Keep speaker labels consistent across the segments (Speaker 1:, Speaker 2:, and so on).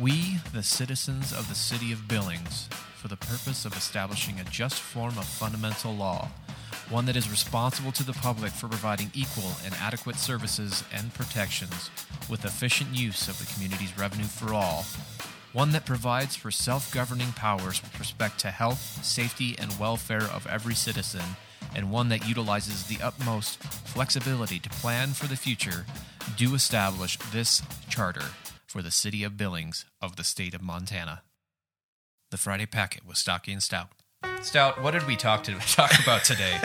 Speaker 1: We, the citizens of the city of Billings, for the purpose of establishing a just form of fundamental law, one that is responsible to the public for providing equal and adequate services and protections with efficient use of the community's revenue for all, one that provides for self governing powers with respect to health, safety, and welfare of every citizen, and one that utilizes the utmost flexibility to plan for the future, do establish this charter for the City of Billings of the State of Montana. The Friday Packet with Stocky and Stout. Stout, what did we talk to talk about today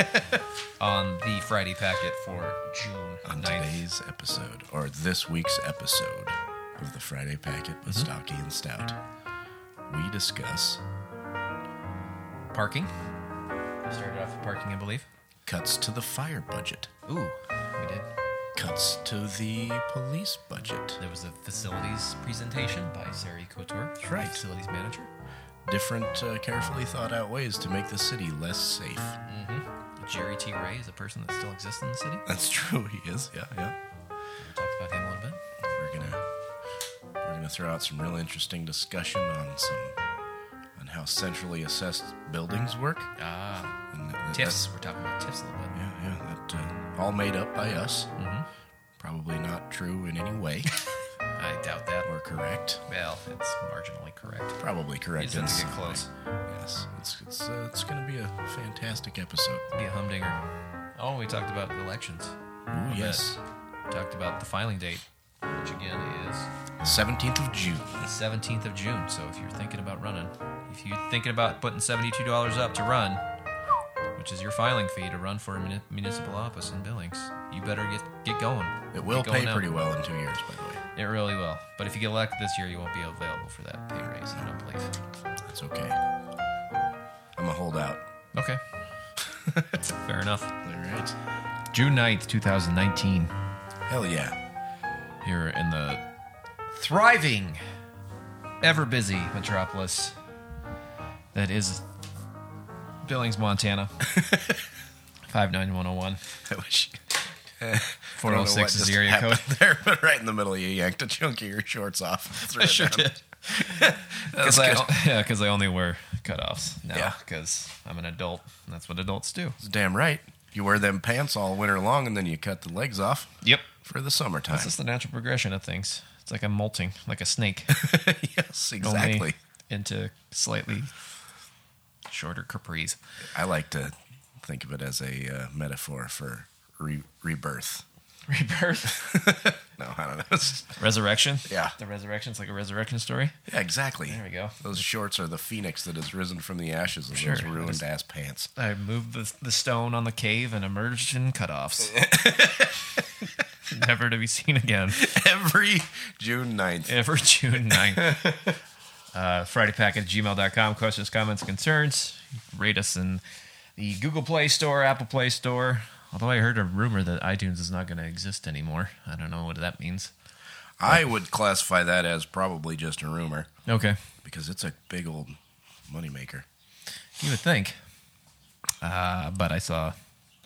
Speaker 1: on the Friday Packet for June
Speaker 2: on
Speaker 1: 9th?
Speaker 2: today's episode, or this week's episode of the Friday Packet with Stocky and Stout, we discuss
Speaker 1: Parking. We started off with parking, I believe.
Speaker 2: cuts to the fire budget,
Speaker 1: Ooh, we did.
Speaker 2: cuts to the police budget,
Speaker 1: There was a facilities presentation by Sari Couture,
Speaker 2: right.
Speaker 1: facilities manager.
Speaker 2: different uh, carefully thought out ways to make the city less safe.
Speaker 1: Jerry T. Ray is a person that still exists in the city.
Speaker 2: That's true, he is. Yeah, yeah.
Speaker 1: We talked about him a little bit.
Speaker 2: We're gonna we're gonna throw out some real interesting discussion on some on how centrally assessed buildings work.
Speaker 1: Ah,
Speaker 2: And that- that's-
Speaker 1: tiffs. We're talking about tiffs a little bit.
Speaker 2: Yeah, yeah, that uh, all made up by us.
Speaker 1: Mm-hmm.
Speaker 2: Probably not true in any way
Speaker 1: I doubt that.
Speaker 2: or correct.
Speaker 1: Well, it's marginally correct.
Speaker 2: Probably correct.
Speaker 1: He's going
Speaker 2: in
Speaker 1: to get
Speaker 2: some
Speaker 1: close.
Speaker 2: way. Yes, it's it's uh, it's going to be a fantastic episode.
Speaker 1: Be a humdinger. Oh, we talked about elections.
Speaker 2: Ooh, yes,
Speaker 1: Talked about the filing date, which again is
Speaker 2: seventeenth of June.
Speaker 1: the 17th of June. So if you're thinking about running, if you're thinking about putting $72 up to run, which is your filing fee to run for a muni- municipal office in Billings, you better get get going.
Speaker 2: It will
Speaker 1: Get going
Speaker 2: pay
Speaker 1: now.
Speaker 2: pretty well in two years, by the way.
Speaker 1: It really will. But if you get elected this year, you won't be available for that pay raise. I don't believe.
Speaker 2: That's okay. I'm a holdout.
Speaker 1: Okay. Fair enough.
Speaker 2: All right.
Speaker 1: June 9th, 2019.
Speaker 2: Hell yeah.
Speaker 1: here in the thriving, ever busy metropolis that is Billings, Montana. 59101.
Speaker 2: I wish. I don't know what
Speaker 1: 406 is
Speaker 2: just
Speaker 1: the area
Speaker 2: happened
Speaker 1: code.
Speaker 2: there, but right in the middle, you yanked a chunk of your shorts off. Threw it down.
Speaker 1: Cause I,
Speaker 2: That's good.
Speaker 1: yeah, because I only wear cutoffs now
Speaker 2: Yeah.
Speaker 1: because I'm an adult. And that's what adults do.
Speaker 2: Damn right. You wear them pants all winter long and then you cut the legs off
Speaker 1: Yep.
Speaker 2: for the summertime.
Speaker 1: That's just the natural progression of things. It's like I'm molting, like a snake.
Speaker 2: yes,
Speaker 1: only
Speaker 2: exactly.
Speaker 1: Into slightly shorter capris.
Speaker 2: I like to think of it as a uh, metaphor for re- rebirth.
Speaker 1: Rebirth.
Speaker 2: No, I don't know.
Speaker 1: Resurrection.
Speaker 2: Yeah.
Speaker 1: The resurrection's like a resurrection story.
Speaker 2: yeah, exactly.
Speaker 1: There we go.
Speaker 2: Those shorts are the phoenix that has risen from the ashes of
Speaker 1: Sure.
Speaker 2: those ruined ass pants.
Speaker 1: I moved the, the stone on the cave and emerged in cutoffs. Never to be seen again.
Speaker 2: Every June 9th.
Speaker 1: Ever June 9th. Uh, FridayPack at gmail.com. Questions, comments, concerns. Rate us in the Google Play Store, Apple Play Store. Although I heard a rumor that iTunes is not going to exist anymore. I don't know what that means.
Speaker 2: I would classify that as probably just a rumor
Speaker 1: Okay.
Speaker 2: because it's a big old moneymaker.
Speaker 1: You would think. Uh, but I saw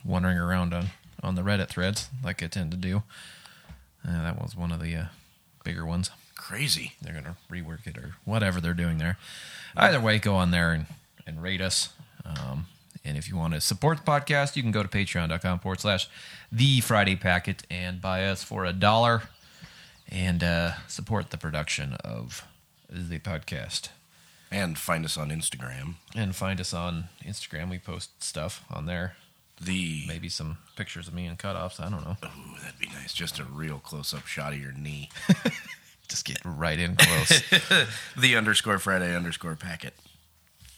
Speaker 1: wandering around on, on the Reddit threads, like I tend to do. Uh, that was one of the uh, bigger ones.
Speaker 2: Crazy.
Speaker 1: They're going to rework it or whatever they're doing there. Either way, go on there and, and rate us. Um, and if you want to support the podcast, you can go to patreon.com forward slash the Friday Packet and buy us for a dollar and uh, support the production of the podcast
Speaker 2: And find us on Instagram.
Speaker 1: and find us on Instagram. We post stuff on there.
Speaker 2: The
Speaker 1: Maybe some pictures of me in cutoffs. I don't know.
Speaker 2: Ooh, that'd be nice. Just a real close up shot of your knee.
Speaker 1: Just get right in close.
Speaker 2: the underscore Friday underscore packet.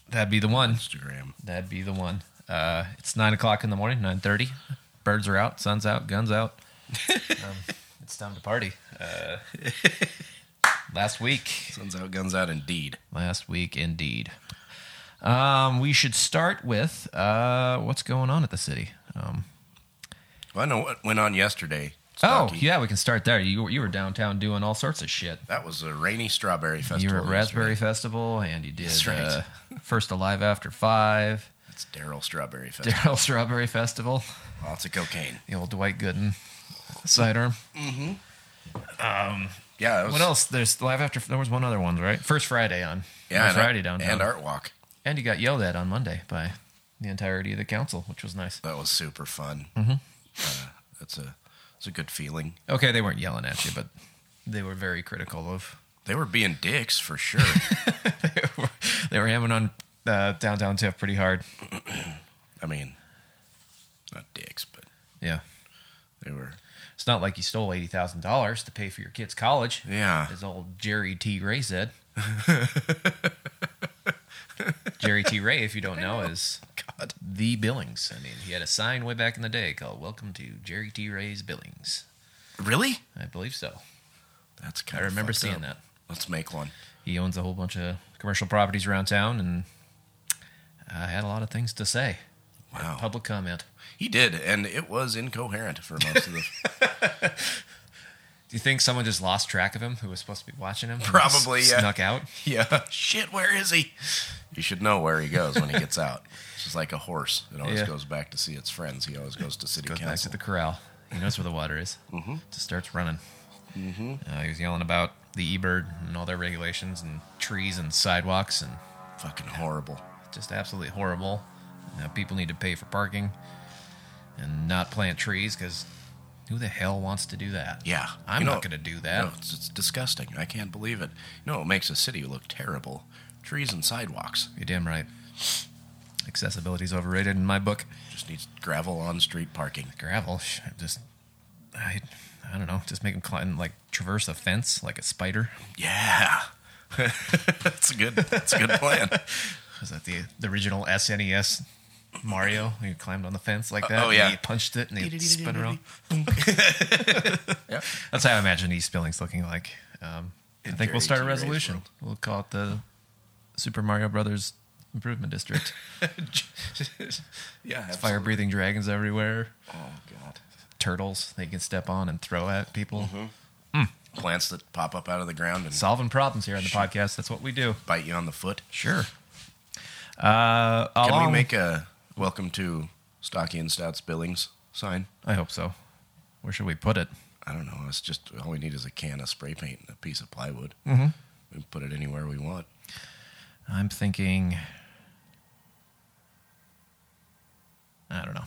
Speaker 1: That'd be the one.
Speaker 2: Instagram.
Speaker 1: That'd be the one. Uh, it's nine o'clock in the morning. Nine thirty. Birds are out. Sun's out. Guns out. um, it's time to party. Uh, last week.
Speaker 2: Sun's out, guns out, indeed.
Speaker 1: Last week, indeed. Um, we should start with uh, what's going on at the city. Um,
Speaker 2: Well, I know what went on yesterday.
Speaker 1: oh,
Speaker 2: Stocky.
Speaker 1: yeah, we can start there. You, were- you were downtown doing all sorts of shit.
Speaker 2: That was a rainy strawberry festival.
Speaker 1: you were at Raspberry
Speaker 2: yesterday.
Speaker 1: Festival, and you did
Speaker 2: That's right.
Speaker 1: uh, First Alive After Five,
Speaker 2: It's Daryl Strawberry Festival.
Speaker 1: Daryl Strawberry Festival,
Speaker 2: Lots of cocaine.
Speaker 1: the old Dwight Gooden sidearm. Mm-hmm. Um,
Speaker 2: Yeah. that was-
Speaker 1: What else? There's live after. There was one other one, right? First Friday on.
Speaker 2: Yeah.
Speaker 1: First
Speaker 2: and-
Speaker 1: Friday down.
Speaker 2: And Art Walk.
Speaker 1: and you got yelled at on Monday by the entirety of the council, which was nice.
Speaker 2: That was super fun. Mm-hmm. Uh, that's a it's a good feeling.
Speaker 1: Okay, they weren't yelling at you, but they were very critical of.
Speaker 2: They were being dicks for sure.
Speaker 1: they were, they were hammering on uh, downtown Tiff pretty hard.
Speaker 2: I mean, not dicks, but
Speaker 1: Yeah,
Speaker 2: they were.
Speaker 1: it's not like you stole eighty thousand dollars to pay for your kid's college,
Speaker 2: Yeah.
Speaker 1: as old Jerry T. Ray said. Jerry T. Ray, if you don't know, is
Speaker 2: God.
Speaker 1: the Billings. I mean, he had a sign way back in the day called "Welcome to Jerry T. Ray's Billings."
Speaker 2: Really?
Speaker 1: I believe so.
Speaker 2: That's
Speaker 1: I
Speaker 2: kind of.
Speaker 1: remember seeing that.
Speaker 2: Let's make one.
Speaker 1: He owns a whole bunch of commercial properties around town, and I had a lot of things to say.
Speaker 2: Wow.
Speaker 1: Public comment.
Speaker 2: He did, and it was incoherent for most of the.
Speaker 1: Do you think someone just lost track of him who was supposed to be watching him? and
Speaker 2: Probably,
Speaker 1: s-
Speaker 2: yeah.
Speaker 1: Snuck out.
Speaker 2: yeah. Shit, where is he? You should know where he goes when he gets out. It's just like a horse. It always
Speaker 1: Yeah.
Speaker 2: goes back to see its friends. He always goes to city
Speaker 1: Goes back to
Speaker 2: council.
Speaker 1: the corral. He knows where the water is. Mm-hmm. Just starts running. Mm-hmm. Uh, he was yelling about the e-bird and all their regulations and trees and sidewalks and
Speaker 2: Fucking horrible.
Speaker 1: just absolutely horrible. Uh, people need to pay for parking and not plant trees because who the hell wants to do that?
Speaker 2: Yeah.
Speaker 1: I'm
Speaker 2: You know-
Speaker 1: not going to do that.
Speaker 2: No, it's, it's disgusting. I can't believe it. You know, it makes a city look terrible. Trees and sidewalks.
Speaker 1: You're damn right. Accessibility is overrated in my book.
Speaker 2: Just needs gravel on street parking.
Speaker 1: Gravel, sh- I'm just, I, I don't know, just make them climb, like traverse a fence like a spider.
Speaker 2: Yeah. that's a good that's a good plan.
Speaker 1: Was that the, the original SNES Mario? He climbed on the fence like that.
Speaker 2: Oh,
Speaker 1: and
Speaker 2: yeah.
Speaker 1: he punched it and he spun around.
Speaker 2: Yeah.
Speaker 1: That's how I imagine East Billings looking like. Um, I
Speaker 2: In
Speaker 1: think we'll
Speaker 2: Jerry
Speaker 1: start a
Speaker 2: T. Ray's
Speaker 1: resolution.
Speaker 2: world.
Speaker 1: We'll call it the Super Mario Brothers Improvement District.
Speaker 2: yeah.
Speaker 1: Fire breathing dragons everywhere.
Speaker 2: Oh god.
Speaker 1: Turtles they can step on and throw at people.
Speaker 2: Mm-hmm. Plants that pop up out of the ground and
Speaker 1: solving problems here on the podcast. That's what we do.
Speaker 2: bite you on the foot.
Speaker 1: Sure. Uh,
Speaker 2: Can
Speaker 1: along-
Speaker 2: we make a welcome to Stocky and Stouts Billings sign?
Speaker 1: I hope so. Where should we put it?
Speaker 2: I don't know. It's just all we need is a can of spray paint and a piece of plywood. Mm-hmm. We can put it anywhere we want.
Speaker 1: I'm thinking. I don't know.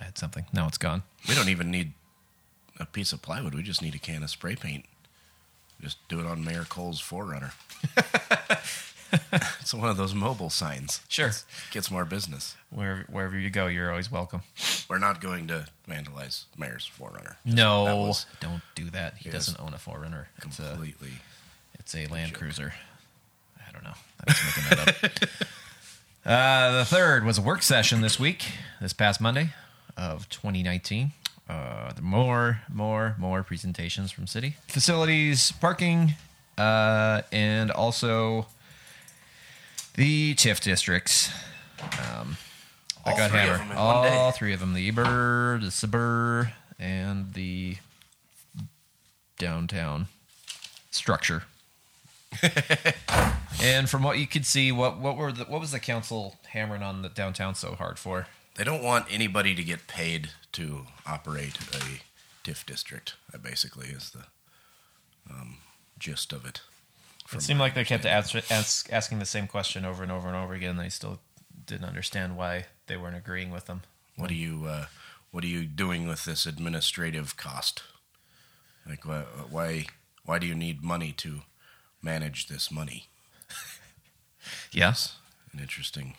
Speaker 1: I had something. No, it's gone.
Speaker 2: We don't even need a piece of plywood. We just need a can of spray paint. Just do it on Mayor Cole's Forerunner. it's one of those mobile signs.
Speaker 1: Sure.
Speaker 2: Gets more business.
Speaker 1: Where, wherever you go, you're always welcome.
Speaker 2: We're not going to vandalize Mayor's Forerunner. That
Speaker 1: No,
Speaker 2: was
Speaker 1: don't do that. He
Speaker 2: Yes.
Speaker 1: doesn't own a Forerunner. It's a,
Speaker 2: completely.
Speaker 1: it's a Land Cruiser. I don't know. I was making that up. Uh, the third was a work session this week, this past Monday of 2019. Uh, the more, more, more presentations from city facilities, parking, uh, and also the TIF districts. Um,
Speaker 2: All
Speaker 1: I got
Speaker 2: three of
Speaker 1: hammer.
Speaker 2: them in one
Speaker 1: All
Speaker 2: day.
Speaker 1: three of them: the Eber, the Sibur, and the downtown structure. And from what you could see, what what were the, what was the council hammering on the downtown so hard for?
Speaker 2: They don't want anybody to get paid to operate a TIF district. That basically is the um, gist of it.
Speaker 1: It seemed like they kept ask, ask, asking the same question over and over and over again. They still didn't understand why they weren't agreeing with them.
Speaker 2: What are you uh, What are you doing with this administrative cost? Like, why why, why do you need money to manage this money?
Speaker 1: Yes,
Speaker 2: An interesting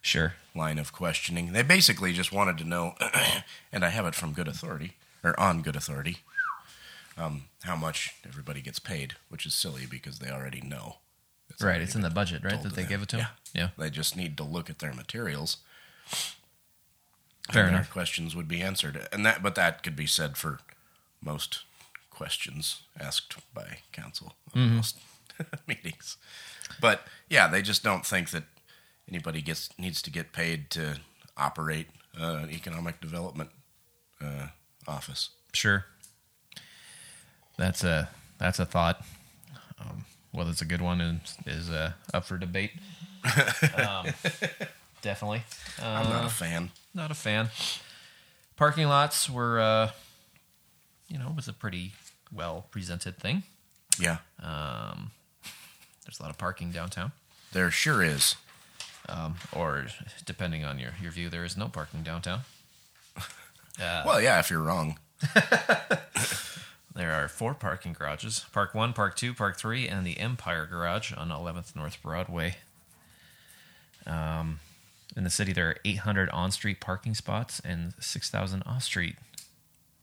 Speaker 1: sure.
Speaker 2: line of questioning. They basically just wanted to know, and I have it from good authority or on good authority, um, how much everybody gets paid, which is silly because they already know.
Speaker 1: right, it's in the budget, right?
Speaker 2: told
Speaker 1: That
Speaker 2: to
Speaker 1: they
Speaker 2: them.
Speaker 1: give it to 'em? Yeah,
Speaker 2: They just need to look at their materials.
Speaker 1: fair
Speaker 2: and their
Speaker 1: enough.
Speaker 2: Questions would be answered, and that but that could be said for most questions asked by council at
Speaker 1: Mm-hmm.
Speaker 2: most meetings. But yeah, they just don't think that anybody gets needs to get paid to operate uh, an economic development uh, office.
Speaker 1: Sure. That's a that's a thought. Um, whether it's a good one is is uh, up for debate. um, definitely.
Speaker 2: I'm
Speaker 1: Uh.
Speaker 2: not a fan.
Speaker 1: not a fan. Parking lots were, uh, you know, was a pretty well presented thing.
Speaker 2: Yeah.
Speaker 1: Um, there's a lot of parking downtown,
Speaker 2: There sure is.
Speaker 1: um, or depending on your, your view, there is no parking downtown.
Speaker 2: well, yeah, if you're wrong.
Speaker 1: There are four parking garages Park 1, Park 2, Park 3, and the Empire Garage on 11th North Broadway. Um, in the city, there are 800 on street parking spots and 6,000 off street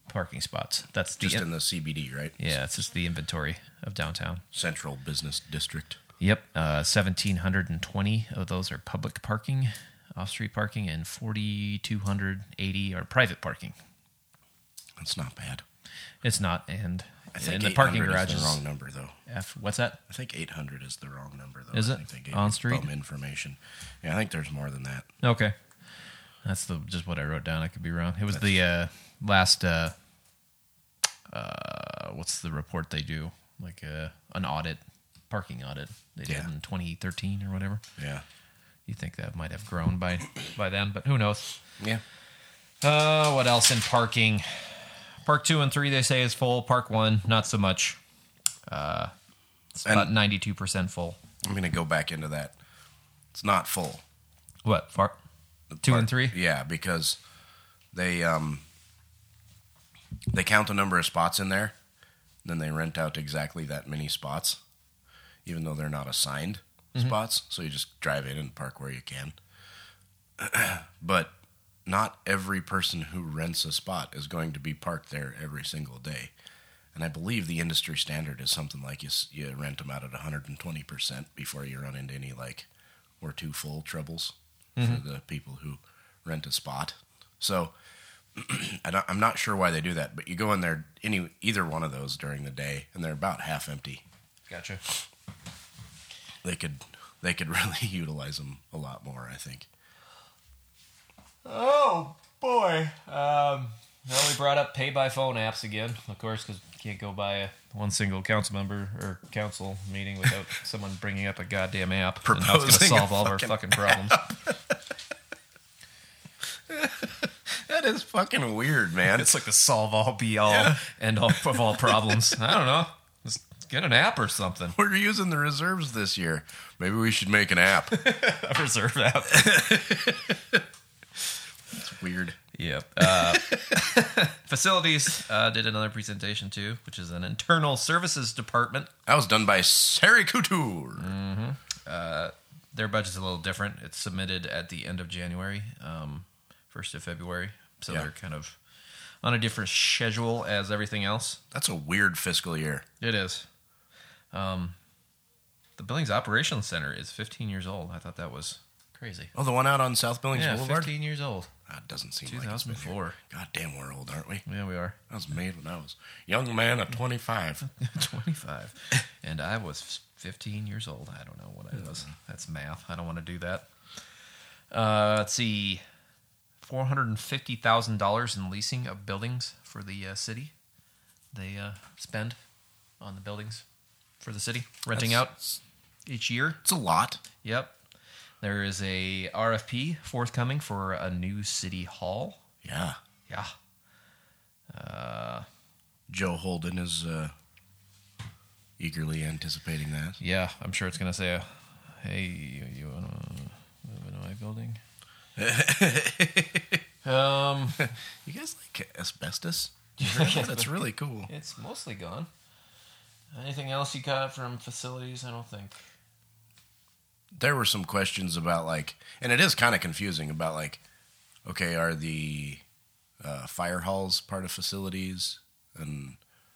Speaker 1: parking spots. That's the
Speaker 2: Just in the CBD, right?
Speaker 1: yeah, it's just the inventory of downtown.
Speaker 2: Central Business District.
Speaker 1: Yep, uh, 1,720 of those are public parking, off street parking, and 4,280 are private parking.
Speaker 2: That's not bad.
Speaker 1: It's not, and
Speaker 2: I
Speaker 1: in
Speaker 2: think
Speaker 1: the parking
Speaker 2: 800
Speaker 1: garages.
Speaker 2: is the wrong number, though.
Speaker 1: F, what's that?
Speaker 2: I think 800 is the wrong number, though.
Speaker 1: Is
Speaker 2: I
Speaker 1: it?
Speaker 2: Think they gave
Speaker 1: On
Speaker 2: me
Speaker 1: street?
Speaker 2: Bum information. Yeah, I think there's more than that.
Speaker 1: Okay. That's the just what I wrote down. I could be wrong. It was the uh, last uh, uh, what's the report they do? Like uh, an audit, parking audit they did
Speaker 2: Yeah.
Speaker 1: in 2013 or whatever.
Speaker 2: Yeah.
Speaker 1: You think that might have grown by by then, but who knows?
Speaker 2: Yeah.
Speaker 1: Uh, what else in parking? Park two and three they say is full. Park one not so much. Uh, it's
Speaker 2: And-
Speaker 1: about 92 percent full.
Speaker 2: I'm going to go back into that. It's not full.
Speaker 1: What far? Two and three?
Speaker 2: Yeah, because they um they count the number of spots in there, then they rent out exactly that many spots, even though they're not assigned
Speaker 1: Mm-hmm.
Speaker 2: spots. So you just drive in and park where you can. but not every person who rents a spot is going to be parked there every single day. And I believe the industry standard is something like you, s- you rent them out at 120% before you run into any like we're too full troubles for the people who rent a spot. So I don't, I'm not sure why they do that, but you go in there any either one of those during the day, and they're about half empty.
Speaker 1: Gotcha.
Speaker 2: They could they could really utilize them a lot more. I think.
Speaker 1: Oh boy. Um, well, we brought up pay by phone apps again, of course, because can't go by a one single council member or council meeting without someone bringing up a goddamn app and how it's
Speaker 2: Proposing a
Speaker 1: going to solve all of our fucking
Speaker 2: fucking
Speaker 1: problems.
Speaker 2: That is fucking weird, man.
Speaker 1: It's like the solve all be all
Speaker 2: Yeah.
Speaker 1: end all of all problems. I don't know. Just get an app or something.
Speaker 2: We're using the reserves this year. Maybe we should make an app.
Speaker 1: A reserve app.
Speaker 2: It's weird.
Speaker 1: Yep. Uh, facilities uh, did another presentation too, which is an internal services department.
Speaker 2: That was done by Sari Couture.
Speaker 1: their budget's a little different. It's submitted at the end of January, um, first of February, so
Speaker 2: Yeah.
Speaker 1: they're kind of on a different schedule as everything else.
Speaker 2: That's a weird fiscal year.
Speaker 1: It is. Um, the Billings Operations Center is 15 years old. I thought that was crazy.
Speaker 2: Oh, the one out on South Billings
Speaker 1: Yeah,
Speaker 2: Boulevard.
Speaker 1: 15 years old.
Speaker 2: That doesn't seem like it's been
Speaker 1: 2004.
Speaker 2: here. God damn, we're old, aren't we?
Speaker 1: Yeah, we are.
Speaker 2: I was made when I was a young man at 25.
Speaker 1: 25, and I was 15 years old. I don't know what I was. That's math. I don't want to do that. Uh, let's see, 450 thousand dollars in leasing of buildings for the uh, city. They uh, spend on the buildings for the city, renting
Speaker 2: That's-
Speaker 1: out each year.
Speaker 2: It's a lot.
Speaker 1: Yep. There is a RFP forthcoming for a new city hall.
Speaker 2: Yeah.
Speaker 1: Yeah. Uh,
Speaker 2: Joe Holden is uh, eagerly anticipating that.
Speaker 1: Yeah, I'm sure it's gonna say, uh, "Hey, you, you wanna move into my building?" um,
Speaker 2: You guys like asbestos? Really? That's really cool.
Speaker 1: it's mostly gone. Anything else you got from facilities? I don't think.
Speaker 2: There were some questions about like, and it is kind of confusing about like, okay, are the uh, fire halls part of facilities? And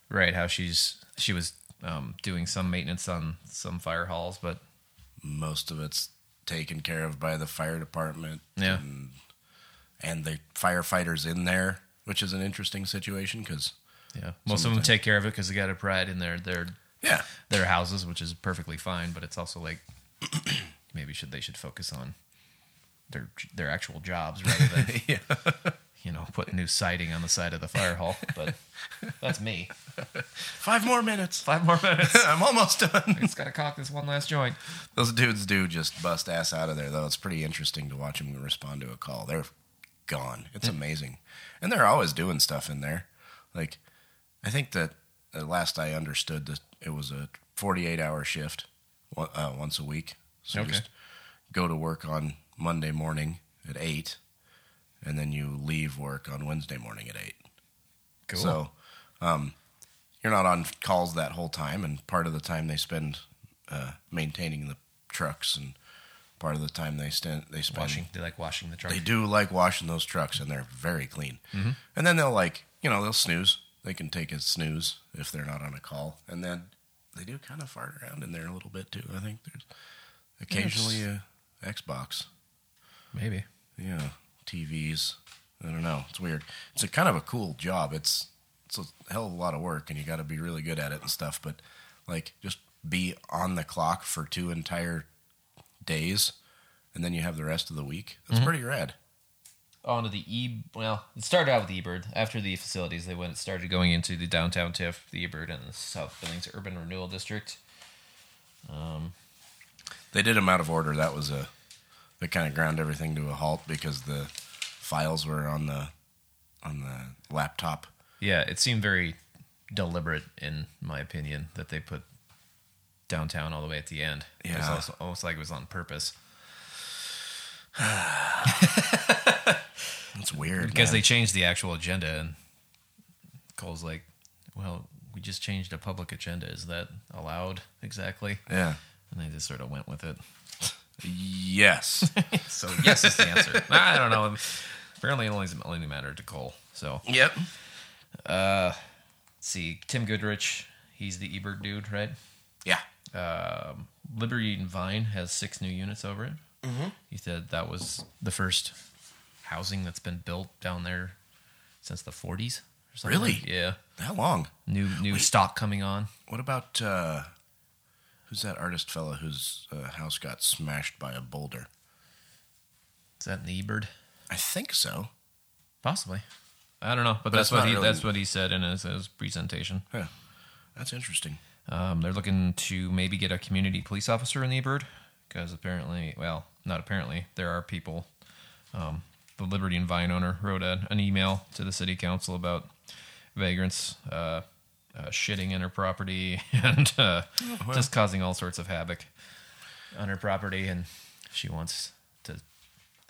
Speaker 1: Right, how she's she was um, doing some maintenance on some fire halls, but
Speaker 2: most of it's taken care of by the fire department.
Speaker 1: Yeah.
Speaker 2: And, and the firefighters in there, which is an interesting situation because,
Speaker 1: yeah, most of them take care of it because they got a pride in their their
Speaker 2: yeah,
Speaker 1: their houses, which is perfectly fine. But it's also like maybe should they should focus on their their actual jobs rather than you know put new siding on the side of the fire hall. But that's me.
Speaker 2: five more minutes.
Speaker 1: Five more minutes.
Speaker 2: I'm almost done.
Speaker 1: Just gotta cock this one last joint.
Speaker 2: Those dudes do just bust ass out of there, though. It's pretty interesting to watch them respond to a call. They're gone. It's amazing, and they're always doing stuff in there. Like, I think that uh, last I understood, the It was a 48 hour shift one- uh, once a week. So
Speaker 1: Okay.
Speaker 2: just go to work on Monday morning at 8, and then you leave work on Wednesday morning at 8.
Speaker 1: Cool.
Speaker 2: So um, you're not on calls that whole time, and part of the time they spend uh, maintaining the trucks, and part of the time they, stand, they spend
Speaker 1: washing. They like washing the truck.
Speaker 2: they do like washing those trucks, and they're very clean.
Speaker 1: Mm-hmm.
Speaker 2: And then they'll like, you know, they'll snooze. They can take a snooze if they're not on a call, and then they do kind of fart around in there a little bit too. I think there's occasionally a Xbox,
Speaker 1: Maybe.
Speaker 2: yeah, TVs. I don't know. It's weird. It's a kind of a cool job. It's it's a hell of a lot of work, and you got to be really good at it and stuff. But like, just be on the clock for two entire days, and then you have the rest of the week. That's
Speaker 1: Mm-hmm.
Speaker 2: pretty rad.
Speaker 1: onto the e well it started out with e-bird after the facilities they went started going into the downtown tiff the e-bird and the south billings urban renewal district
Speaker 2: They did them out of order. That was a they kind of ground everything to a halt because the files were on the on the laptop.
Speaker 1: yeah it seemed very deliberate in my opinion that they put downtown all the way at the end it was
Speaker 2: Yeah.
Speaker 1: also, almost like it was on purpose
Speaker 2: That's weird.
Speaker 1: because
Speaker 2: man.
Speaker 1: they changed the actual agenda and cole's like well we just changed a public agenda is that allowed exactly
Speaker 2: yeah.
Speaker 1: and they just sort of went with it
Speaker 2: Yes.
Speaker 1: so yes is the answer i don't know apparently it only, only mattered to cole so
Speaker 2: yep.
Speaker 1: see Tim Goodrich, he's the Ebert dude, right?
Speaker 2: Yeah.
Speaker 1: Liberty and Vine has six new units over it. Mm-hmm. He said that was the first housing that's been built down there since the 40s. Or something.
Speaker 2: Really?
Speaker 1: Yeah.
Speaker 2: That long.
Speaker 1: New new stock coming on.
Speaker 2: What about uh who's that artist fella whose uh, house got smashed by a boulder?
Speaker 1: Is that an Ebert?
Speaker 2: I think so.
Speaker 1: Possibly. I don't know, but, that's
Speaker 2: it's
Speaker 1: what
Speaker 2: not
Speaker 1: he
Speaker 2: really-
Speaker 1: that's what he said in his, his presentation.
Speaker 2: Huh. That's interesting.
Speaker 1: Um, they're looking to maybe get a community police officer in the Ebert because apparently, well, not apparently, there are people. Um, the Liberty and Vine owner wrote a, an email to the city council about vagrants uh, uh, shitting in her property and uh, just causing all sorts of havoc on her property, and she wants to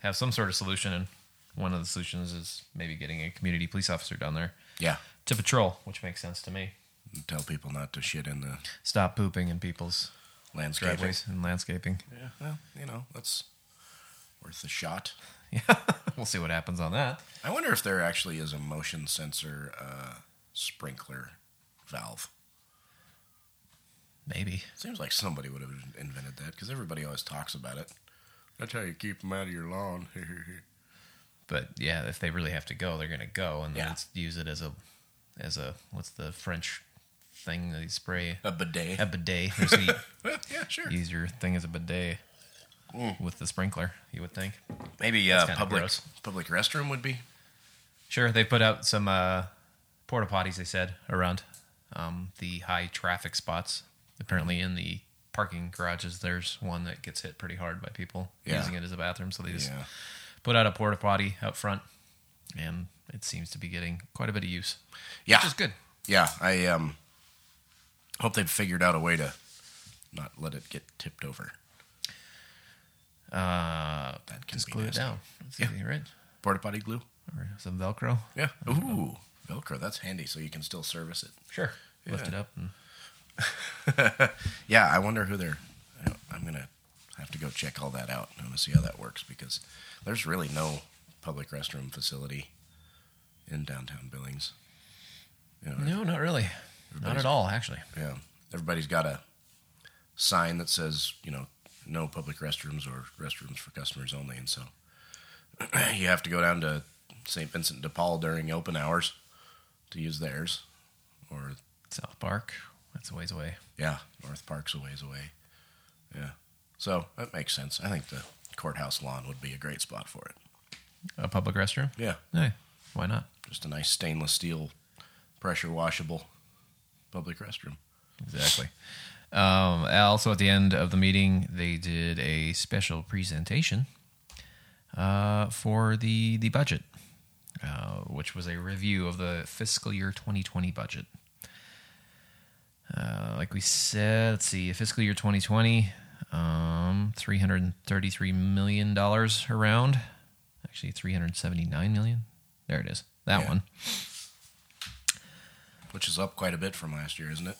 Speaker 1: have some sort of solution. And one of the solutions is maybe getting a community police officer down there
Speaker 2: Yeah.
Speaker 1: to patrol, which makes sense to me.
Speaker 2: Tell people not to shit in the
Speaker 1: Stop pooping in people's
Speaker 2: landscape.
Speaker 1: driveways and landscaping.
Speaker 2: Yeah. Well, you know, that's worth a shot.
Speaker 1: Yeah, we'll see what happens on that.
Speaker 2: I wonder if there actually is a motion sensor uh, sprinkler valve.
Speaker 1: Maybe.
Speaker 2: Seems like somebody would have invented that because everybody always talks about it. That's how you keep them out of your lawn.
Speaker 1: But yeah, if they really have to go, they're gonna go and then
Speaker 2: Yeah.
Speaker 1: it's use it as a as a what's the French thing that you spray?
Speaker 2: a bidet.
Speaker 1: A bidet. There's the
Speaker 2: Well, yeah, sure.
Speaker 1: easier thing as a bidet
Speaker 2: Mm.
Speaker 1: with the sprinkler, you would think.
Speaker 2: Maybe uh,
Speaker 1: kinda
Speaker 2: public
Speaker 1: gross.
Speaker 2: public restroom would be.
Speaker 1: Sure, they put out some uh porta potties they said around um the high traffic spots. Apparently in the parking garages there's one that gets hit pretty hard by people
Speaker 2: Yeah.
Speaker 1: using it as a bathroom, so they just
Speaker 2: Yeah.
Speaker 1: put out a porta potty out front, and it seems to be getting quite a bit of use,
Speaker 2: Yeah.
Speaker 1: which is good.
Speaker 2: Yeah. I um, hope they've figured out a way to not let it get tipped over.
Speaker 1: Uh,
Speaker 2: That can
Speaker 1: just
Speaker 2: be
Speaker 1: glue it
Speaker 2: nasty.
Speaker 1: down. That's
Speaker 2: Yeah.
Speaker 1: easy, right?
Speaker 2: Porta potty glue.
Speaker 1: Or some Velcro.
Speaker 2: Yeah. Ooh, Velcro. That's handy, so you can still service it.
Speaker 1: Sure. Lift
Speaker 2: Yeah.
Speaker 1: it up. And,
Speaker 2: Yeah, I wonder who they're. I- I'm gonna have to go check all that out. I'm gonna see how that works because there's really no public restroom facility in downtown Billings. You know,
Speaker 1: no, not really. Not at all, actually.
Speaker 2: Yeah, everybody's got a sign that says, you know, no public restrooms or restrooms for customers only, and so you have to go down to St. Vincent de Paul during open hours to use theirs, or
Speaker 1: South Park. That's a ways away.
Speaker 2: Yeah, North Park's a ways away. Yeah, so that makes sense. I think the courthouse lawn would be a great spot for it.
Speaker 1: A public restroom.
Speaker 2: Yeah,
Speaker 1: Hey, why not?
Speaker 2: just a nice stainless steel, pressure washable public restroom.
Speaker 1: Exactly. Um, also, at the end of the meeting, they did a special presentation uh, for the the budget, uh, which was a review of the fiscal year 2020 budget. Uh, like we said, let's see, fiscal year 2020, um, 333 million dollars around. Actually, 379 million. There it is. That
Speaker 2: Yeah.
Speaker 1: one.
Speaker 2: which is up quite a bit from last year, isn't it?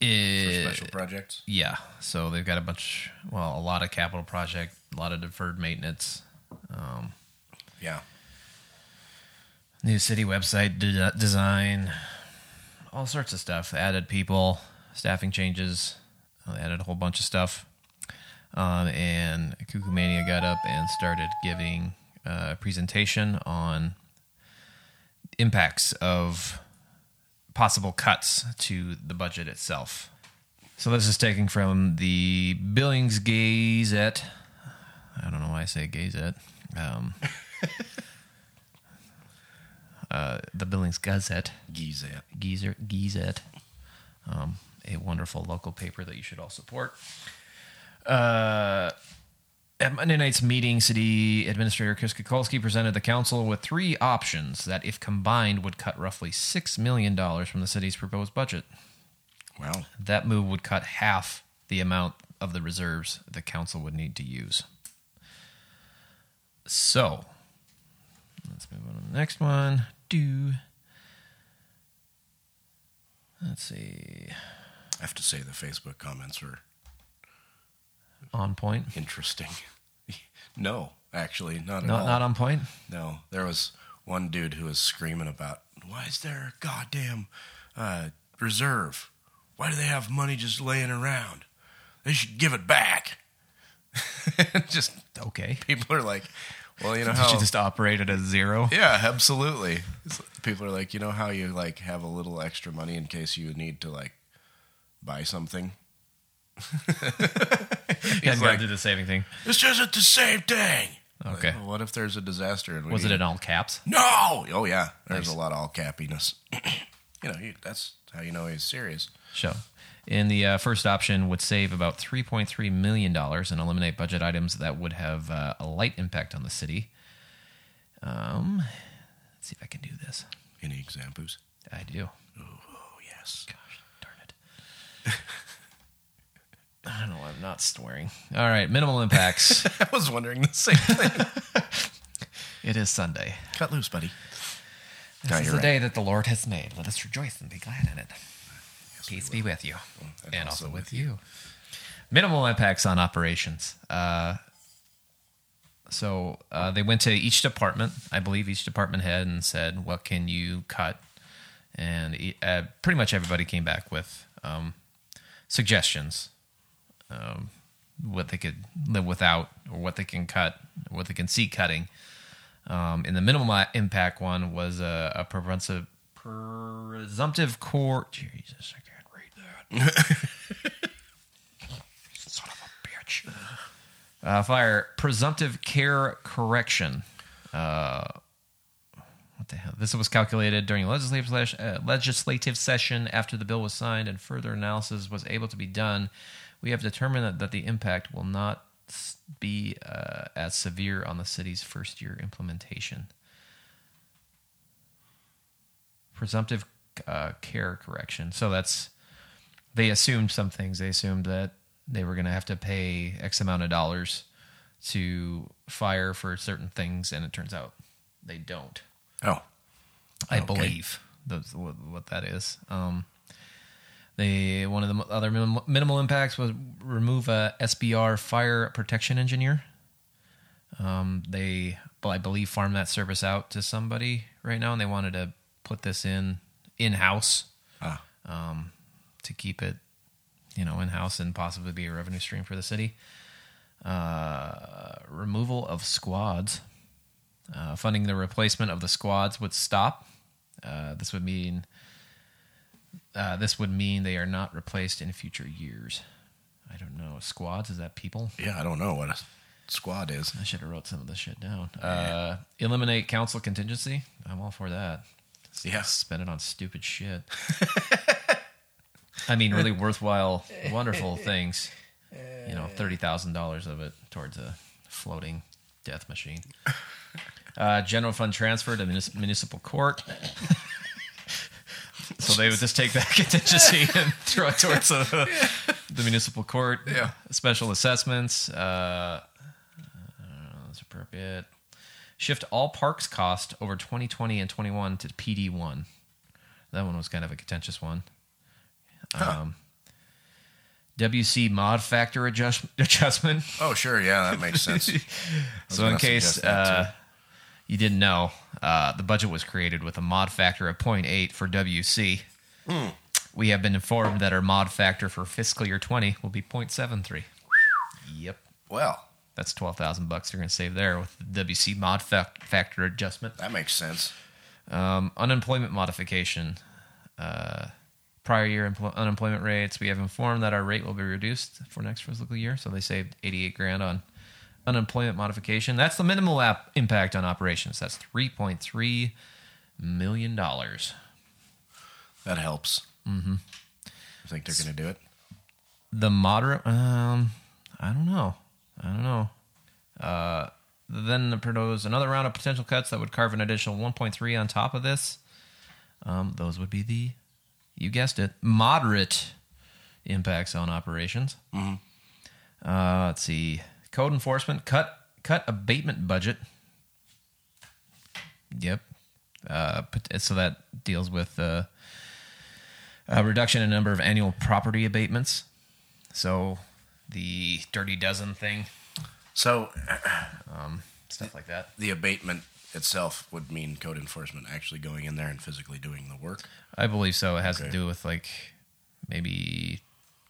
Speaker 2: For
Speaker 1: It-
Speaker 2: special projects.
Speaker 1: yeah. So they've got a bunch, well, a lot of capital project, a lot of deferred maintenance. Um,
Speaker 2: Yeah.
Speaker 1: new city website de- design, all sorts of stuff. Added people, staffing changes, uh, added a whole bunch of stuff. Um, and Cuckoo Mania got up and started giving uh, a presentation on impacts of possible cuts to the budget itself. So this is taking from the Billings Gazette. I don't know why I say Gazette. Um, uh, the Billings Gazette.
Speaker 2: Gizet.
Speaker 1: Geezer, Gazette, um, a wonderful local paper that you should all support. Uh, at Monday night's meeting, City Administrator Chris Kukulski presented the council with three options that, if combined, would cut roughly $6 million from the city's proposed budget.
Speaker 2: Wow.
Speaker 1: That move would cut half the amount of the reserves the council would need to use. So, let's move on to the next one. Do. Let's see.
Speaker 2: I have to say the Facebook comments are
Speaker 1: On point.
Speaker 2: interesting. no, actually, not at
Speaker 1: No,
Speaker 2: all.
Speaker 1: not on point.
Speaker 2: No, there was one dude who was screaming about why is there a goddamn uh, reserve? Why do they have money just laying around? They should give it back. just
Speaker 1: Okay.
Speaker 2: people are like, well, you know
Speaker 1: She
Speaker 2: how.
Speaker 1: just operated at zero.
Speaker 2: yeah, absolutely. It's like- People are like, you know how you like have a little extra money in case you need to like buy something.
Speaker 1: Yeah,
Speaker 2: He's
Speaker 1: no, I
Speaker 2: like,
Speaker 1: did the saving thing.
Speaker 2: this isn't the same thing. Like,
Speaker 1: Okay.
Speaker 2: well, what if there's a disaster? And we
Speaker 1: Was it
Speaker 2: need-
Speaker 1: in all caps?
Speaker 2: No. Oh yeah. There's
Speaker 1: Nice.
Speaker 2: a lot of all cappiness. you know, you, that's how you know he's serious.
Speaker 1: Show. In the uh, first option would save about $3.3 million and eliminate budget items that would have uh, a light impact on the city. Um, let's see if I can do this.
Speaker 2: Any examples?
Speaker 1: I do.
Speaker 2: Oh yes.
Speaker 1: Gosh, darn it. I don't know. why I'm not swearing. All right. Minimal impacts.
Speaker 2: I was wondering the same thing.
Speaker 1: it is Sunday.
Speaker 2: Cut loose, buddy.
Speaker 1: This
Speaker 2: No,
Speaker 1: is
Speaker 2: you're
Speaker 1: the
Speaker 2: right.
Speaker 1: day that the Lord has made. Let us rejoice and be glad in it. Peace be with you,
Speaker 2: and
Speaker 1: and,
Speaker 2: also
Speaker 1: also, with you. Minimal impacts on operations. Uh, so uh, they went to each department, I believe, each department head, and said, "What can you cut?" And e- uh, pretty much everybody came back with um, suggestions, um, what they could live without, or what they can cut, what they can see cutting. Um, and the minimal impact one was a, a presumptive, presumptive core. Jesus, I can't read that. Son of a bitch. Uh, fire presumptive care correction. Uh, what the hell? This was calculated during a legislative slash- uh, legislative session after the bill was signed and further analysis was able to be done. We have determined that, that the impact will not s- be uh, as severe on the city's first year implementation. Presumptive uh, care correction. So that's they assumed some things. They assumed that they were going to have to pay X amount of dollars to fire for certain things, and it turns out they don't.
Speaker 2: Oh,
Speaker 1: I
Speaker 2: Okay.
Speaker 1: believe that's what, what that is. Um, they one of the mo- other minimal, minimal impacts was remove a SBR fire protection engineer. Um, they, well, I believe, farm that service out to somebody right now, and they wanted to put this in in house
Speaker 2: ah,
Speaker 1: to keep it, you know, in house and possibly be a revenue stream for the city. Uh, removal of squads, uh, funding the replacement of the squads would stop. Uh, this would mean uh, this would mean they are not replaced in future years. I don't know squads. Is that people?
Speaker 2: yeah. I don't know what a squad is.
Speaker 1: I should have wrote some of this shit down. Uh, eliminate council contingency. I'm all for that.
Speaker 2: Yeah.
Speaker 1: Spend it on stupid shit. I mean, really worthwhile, wonderful things. You know, thirty thousand dollars of it towards a floating death machine. Uh, general fund transfer to munis- municipal court. So they would just take that contingency and throw it towards the, the municipal court.
Speaker 2: Yeah.
Speaker 1: Special assessments. Uh, uh, that's appropriate. Shift all parks cost over 2020 and 21 to PD1. That one was kind of a contentious one. Um, WC mod factor adjust, adjustment.
Speaker 2: Oh, sure. Yeah, that makes sense.
Speaker 1: So in
Speaker 2: gonna
Speaker 1: case
Speaker 2: suggest that,
Speaker 1: uh, you didn't know, uh, the budget was created with a mod factor of 0.8 for WC.
Speaker 2: Hmm.
Speaker 1: We have been informed that our mod factor for fiscal year 20 will be 0.73. yep.
Speaker 2: well,
Speaker 1: That's 12,000 bucks you're going to save there with the WC mod fac- factor adjustment.
Speaker 2: that makes sense.
Speaker 1: Um, unemployment modification. Uh, prior year empl- unemployment rates. We have informed that our rate will be reduced for next fiscal year. So they saved 88 grand on unemployment modification. That's the minimal ap- impact on operations. That's 3.3 million dollars.
Speaker 2: That helps. Mm-hmm. I think they're going to do it.
Speaker 1: The moderate. Um, I don't know. I don't know. Uh, then the proposed another round of potential cuts that would carve an additional 1.3 on top of this. Um, those would be the, you guessed it, moderate impacts on operations. Uh, let's see, code enforcement cut cut abatement budget. Yep. Uh, pot- so that deals with uh, a reduction in number of annual property abatements. So the dirty dozen thing,
Speaker 2: So
Speaker 1: stuff like that.
Speaker 2: the abatement itself would mean code enforcement actually going in there and physically doing the work.
Speaker 1: I believe so. It has to
Speaker 2: Okay.
Speaker 1: do with like maybe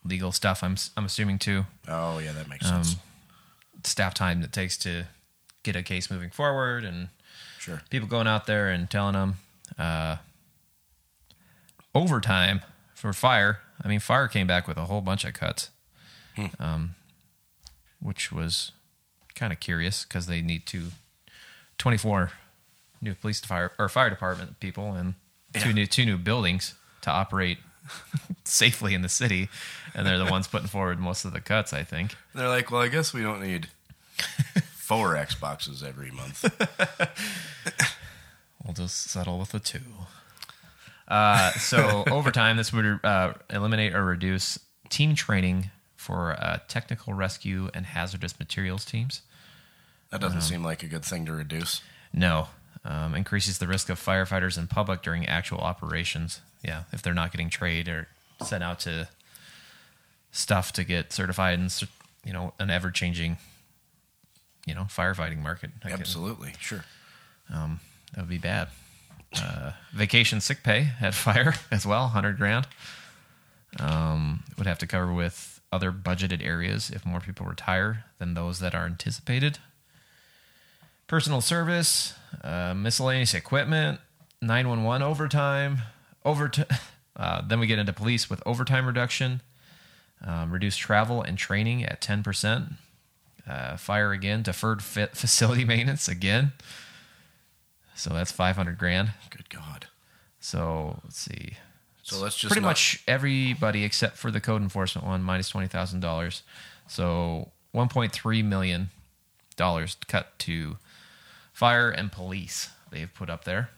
Speaker 1: legal stuff. I'm s- I'm assuming too.
Speaker 2: Oh, yeah, that makes
Speaker 1: Um,
Speaker 2: sense.
Speaker 1: Staff time that takes to get a case moving forward, and
Speaker 2: Sure.
Speaker 1: people going out there and telling them uh, overtime for fire. I mean, fire came back with a whole bunch of cuts, um, which was kind of curious because they need to 24 new police fire or fire department people and two
Speaker 2: Yeah.
Speaker 1: new two new buildings to operate safely in the city, and they're the ones putting forward most of the cuts. I think.
Speaker 2: They're like, well, I guess we don't need four Xboxes every month.
Speaker 1: We'll just settle with a two. Uh, so over time, this would uh, eliminate or reduce team training for uh, technical rescue and hazardous materials teams.
Speaker 2: That
Speaker 1: Uh-huh.
Speaker 2: doesn't seem like a good thing to reduce.
Speaker 1: No, um, increases the risk of firefighters in public during actual operations. Yeah, if they're not getting trained or sent out to stuff to get certified and cer- you know an ever changing, you know, firefighting market. I guess.
Speaker 2: Absolutely. Sure.
Speaker 1: That would be bad. Uh, vacation sick pay had fire as well, 100 grand. Um, would have to cover with other budgeted areas if more people retire than those that are anticipated. Personal service, uh, miscellaneous equipment, 911 overtime, overtime. Uh, then we get into police with overtime reduction, um, reduced travel and training at 10%. Uh, fire again, deferred fa- facility maintenance again. So that's 500 grand.
Speaker 2: Good God.
Speaker 1: So let's see.
Speaker 2: So let's just
Speaker 1: Pretty
Speaker 2: not-
Speaker 1: much everybody except for the code enforcement one minus twenty thousand dollars. So one point three million dollars cut to fire and police. They've put up there.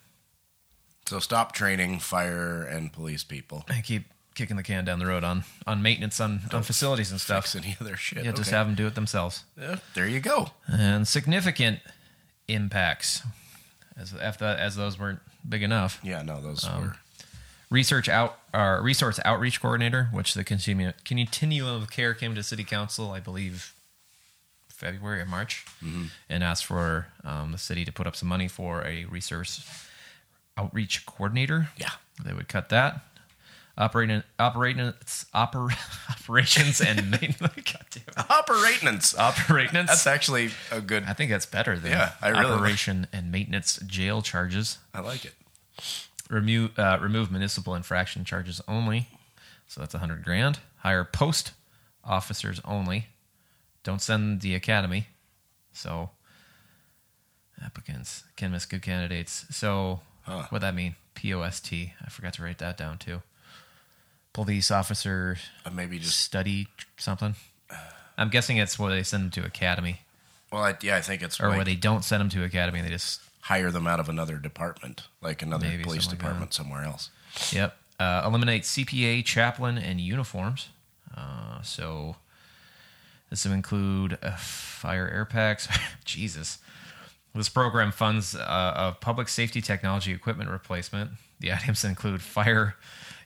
Speaker 2: So stop training fire and police people.
Speaker 1: I keep kicking the can down the road on on maintenance on, on facilities and stuff.
Speaker 2: Fix any other shit.
Speaker 1: Yeah, just
Speaker 2: Okay.
Speaker 1: have them do it themselves.
Speaker 2: Yeah, there you go.
Speaker 1: And significant impacts, as after, as those weren't big enough.
Speaker 2: Yeah, no, those
Speaker 1: Um,
Speaker 2: were
Speaker 1: research out our resource outreach coordinator, which the continuum continuum of care came to city council, I believe, February or March,
Speaker 2: Mm-hmm.
Speaker 1: and asked for um, the city to put up some money for a resource outreach coordinator.
Speaker 2: Yeah.
Speaker 1: they would cut that. Operating, operating, oper, operations and maintenance. God damn it.
Speaker 2: operations.
Speaker 1: uh, Operations.
Speaker 2: That's actually a good.
Speaker 1: I think that's better than
Speaker 2: Yeah, I really-
Speaker 1: operation and maintenance jail charges
Speaker 2: I like it.
Speaker 1: remove uh, remove municipal infraction charges only. So that's a hundred grand. Hire post officers only. Don't send the academy. So applicants can miss good candidates. So
Speaker 2: Huh.
Speaker 1: what that mean? POST. I forgot to write that down too. Police officer
Speaker 2: Uh, maybe just
Speaker 1: study something. I'm guessing it's where they send them to academy,
Speaker 2: well, I, yeah, I think it's
Speaker 1: or
Speaker 2: like
Speaker 1: where they don't send them to academy. They just
Speaker 2: hire them out of another department, like another
Speaker 1: Maybe
Speaker 2: police
Speaker 1: something like that.
Speaker 2: department somewhere else.
Speaker 1: Yep. Uh, eliminate CPA, chaplain, and uniforms. Uh, so this will include uh, fire air packs. Jesus. This program funds uh, a public safety technology equipment replacement. The items include fire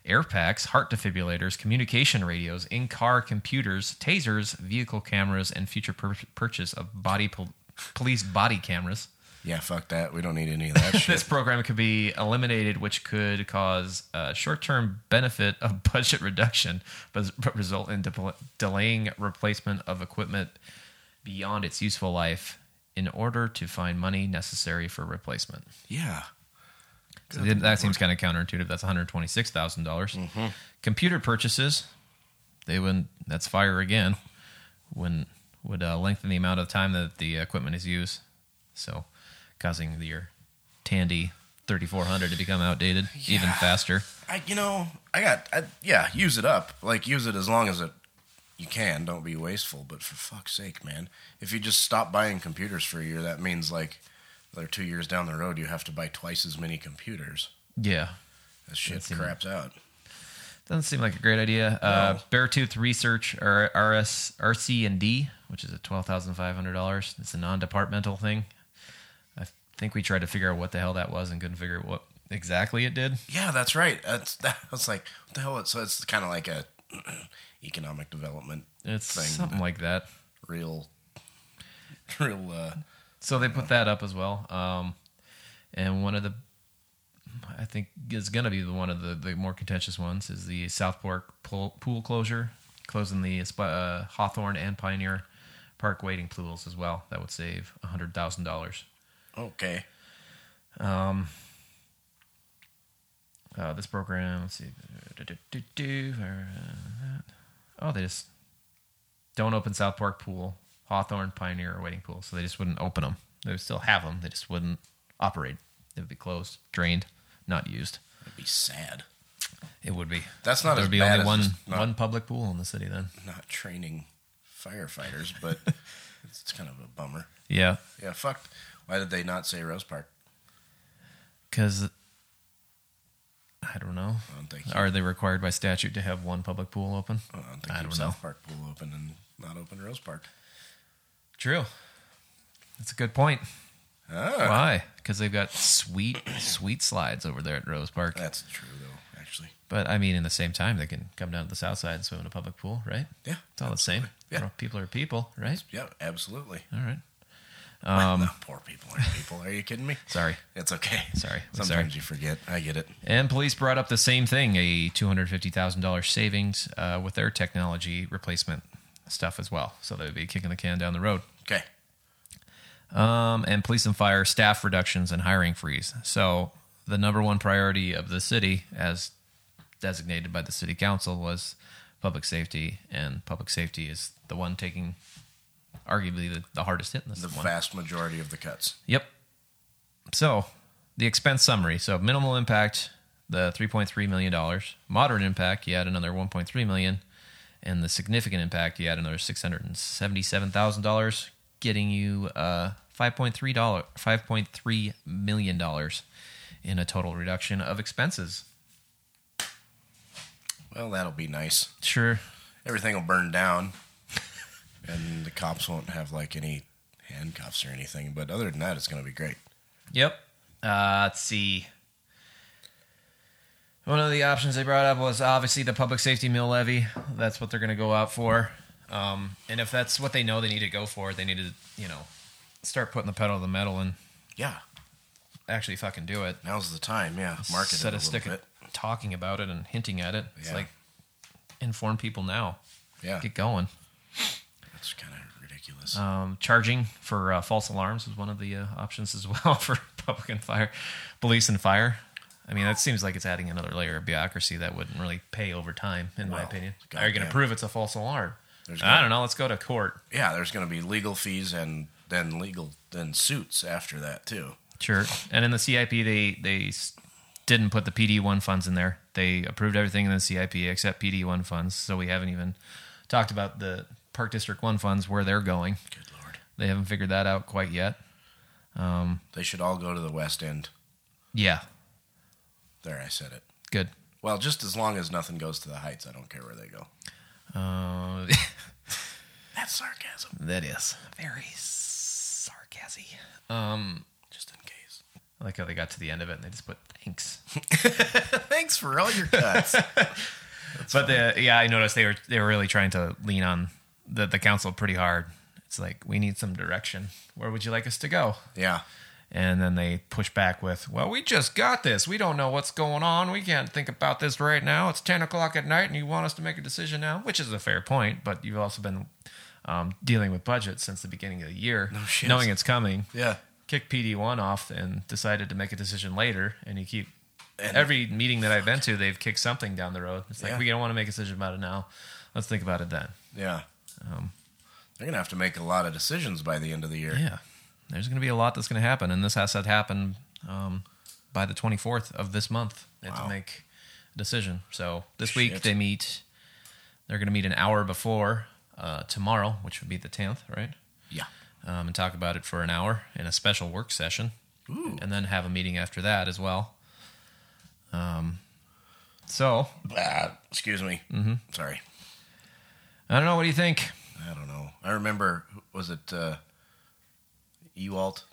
Speaker 1: air packs, heart defibrillators, communication radios, in car computers, tasers, vehicle cameras, and future pur- purchase of body pol- police body cameras.
Speaker 2: Yeah, fuck that. We don't need any of that shit.
Speaker 1: This program could be eliminated, which could cause a short term benefit of budget reduction, but but result in de- delaying replacement of equipment beyond its useful life in order to find money necessary for replacement.
Speaker 2: Yeah.
Speaker 1: So that seems kind of counterintuitive. That's one hundred twenty six thousand dollars. Computer purchases, they wouldn't. That's fire again. When would uh, lengthen the amount of time that the equipment is used, so causing the- your Tandy thirty four hundred to become outdated even faster.
Speaker 2: I, you know, I got, I, yeah, use it up. Like, use it as long as it you can. Don't be wasteful. But for fuck's sake, man, if you just stop buying computers for a year, that means like, they're two years down the road, you have to buy twice as many computers.
Speaker 1: Yeah,
Speaker 2: That shit
Speaker 1: That's in-
Speaker 2: craps out.
Speaker 1: doesn't seem like a great idea. Uh, Beartooth Research or RS RC and D, which is a twelve thousand five hundred dollars. It's a non departmental thing. I think we tried to figure out what the hell that was and couldn't figure out what exactly it did.
Speaker 2: Yeah, that's right. That's that I was like, what the hell? So it's kind of like a economic development
Speaker 1: It's
Speaker 2: thing.
Speaker 1: something like that.
Speaker 2: real, real. uh
Speaker 1: So they put that up as well. Um, and one of the, I think is going to be the one of the, the more contentious ones is the South Park pool, pool closure, closing the Sp- uh, Hawthorne and Pioneer Park waiting pools as well. That would save hundred thousand dollars.
Speaker 2: Okay.
Speaker 1: Uh, this program, let's see. Do-do-do-do, or, uh, Oh, they just don't open South Park Pool, Hawthorne, Pioneer, or Waiting Pool. So they just wouldn't open them. They would still have them. They just wouldn't operate. They would be closed, drained, not used.
Speaker 2: That'd be sad.
Speaker 1: It would be.
Speaker 2: That's not
Speaker 1: There
Speaker 2: as
Speaker 1: would be
Speaker 2: bad
Speaker 1: only
Speaker 2: as
Speaker 1: one
Speaker 2: just not-
Speaker 1: one public pool in the city then.
Speaker 2: Not training firefighters, but it's, it's kind of a bummer.
Speaker 1: Yeah,
Speaker 2: Yeah, fuck. Why did they not say Rose Park?
Speaker 1: because I don't know.
Speaker 2: I don't think.
Speaker 1: Are they required by statute to have one public pool open?
Speaker 2: I don't think
Speaker 1: I
Speaker 2: keep
Speaker 1: don't
Speaker 2: South
Speaker 1: know.
Speaker 2: Park will open and not open Rose Park.
Speaker 1: True. That's a good point.
Speaker 2: Ah,
Speaker 1: Why? Because they've got sweet, sweet slides over there at Rose Park.
Speaker 2: that's true though. Actually,
Speaker 1: But I mean, in the same time, they can come down to the south side and swim in a public pool, right?
Speaker 2: yeah,
Speaker 1: It's all the same.
Speaker 2: Yeah.
Speaker 1: Well, People are people, right?
Speaker 2: yeah, absolutely.
Speaker 1: All right.
Speaker 2: No, poor people are people. Are you kidding me?
Speaker 1: Um, Sorry.
Speaker 2: It's okay.
Speaker 1: Sorry.
Speaker 2: Sometimes
Speaker 1: Sorry.
Speaker 2: you forget. I get it.
Speaker 1: And police brought up the same thing a $250,000 savings uh, with their technology replacement stuff as well. So they would be kicking the can down the road.
Speaker 2: Okay.
Speaker 1: Um, and police and fire staff reductions and hiring freeze. So the number one priority of the city, as designated by the city council, was public safety. And public safety is the one taking arguably the, the hardest hit in this
Speaker 2: The
Speaker 1: one.
Speaker 2: vast majority of the cuts.
Speaker 1: Yep. So the expense summary. So minimal impact, the three point three million dollars. Moderate impact, you add another one point three million, and the significant impact, you add another six hundred and seventy seven thousand dollars, getting you uh five point three dollar five point three million dollars in a total reduction of expenses.
Speaker 2: Well, that'll be nice.
Speaker 1: Sure.
Speaker 2: Everything will burn down, and the cops won't have like any handcuffs or anything. But other than that, it's going to be great.
Speaker 1: Yep. Uh, let's see. One of the options they brought up was obviously the public safety mill levy. That's what they're going to go out for. Um, and if that's what they know they need to go for, they need to, you know, start putting the pedal to the metal and
Speaker 2: Yeah.
Speaker 1: actually fucking do it.
Speaker 2: Now's the time. Yeah. Market
Speaker 1: Set
Speaker 2: it a,
Speaker 1: stick
Speaker 2: little
Speaker 1: at
Speaker 2: bit.
Speaker 1: talking about it and hinting at it. It's
Speaker 2: Yeah.
Speaker 1: like inform people now.
Speaker 2: Yeah.
Speaker 1: Get going.
Speaker 2: That's kind of ridiculous.
Speaker 1: Um, charging for uh, false alarms was one of the uh, options as well for public and fire, police and fire. I mean, that seems like it's adding another layer of bureaucracy that wouldn't really pay over time, in my
Speaker 2: Well,
Speaker 1: opinion.
Speaker 2: goddamn.
Speaker 1: Are you going to prove it's a false alarm?
Speaker 2: There's
Speaker 1: I
Speaker 2: no-
Speaker 1: don't know. Let's go to court.
Speaker 2: yeah. There's going to be legal fees and then legal then suits after that too.
Speaker 1: Sure. And in the CIP, they they s- didn't put the PD one funds in there. They approved everything in the CIP except PD one funds. So we haven't even talked about the Park District one funds where they're going.
Speaker 2: Good lord.
Speaker 1: They haven't figured that out quite yet.
Speaker 2: They should all go to the West End.
Speaker 1: Yeah.
Speaker 2: There, I said it.
Speaker 1: Good.
Speaker 2: Well, just as long as nothing goes to the heights, I don't care where they go.
Speaker 1: Uh,
Speaker 2: That's sarcasm,
Speaker 1: that is very sarcasm. Um,
Speaker 2: just in case.
Speaker 1: I like how they got to the end of it and they just put thanks.
Speaker 2: Thanks for all your cuts.
Speaker 1: but the, yeah, I noticed they were they were really trying to lean on the the council pretty hard. It's like we need some direction. Where would you like us to go?
Speaker 2: yeah.
Speaker 1: And then they push back with, "Well, we just got this. We don't know what's going on. We can't think about this right now. It's ten o'clock at night, and you want us to make a decision now?" Which is a fair point, but you've also been um, dealing with budget since the beginning of the year,
Speaker 2: shit.
Speaker 1: knowing it's coming.
Speaker 2: Yeah.
Speaker 1: Kick PD one off and decided to make a decision later, and you keep
Speaker 2: And-
Speaker 1: every meeting that I've been to, they've kicked something down the road. It's like
Speaker 2: Yeah.
Speaker 1: we don't want to make a decision about it now. Let's think about it then.
Speaker 2: Yeah. They're going to have to make a lot of decisions by the end of the year.
Speaker 1: Yeah, there's going to be a lot that's going to happen, and this has to happen um, by the 24th of this month. They have
Speaker 2: Wow.
Speaker 1: to make a decision. So this
Speaker 2: Shit.
Speaker 1: week they meet. They're going to meet an hour before uh, tomorrow, which would be the 10th, right?
Speaker 2: Yeah.
Speaker 1: Um, and talk about it for an hour in a special work session,
Speaker 2: Ooh.
Speaker 1: and then have a meeting after that as well. Um, so
Speaker 2: Ah, excuse me. Sorry.
Speaker 1: I don't know. What do you think?
Speaker 2: I don't know. I remember, was it uh, Ewalt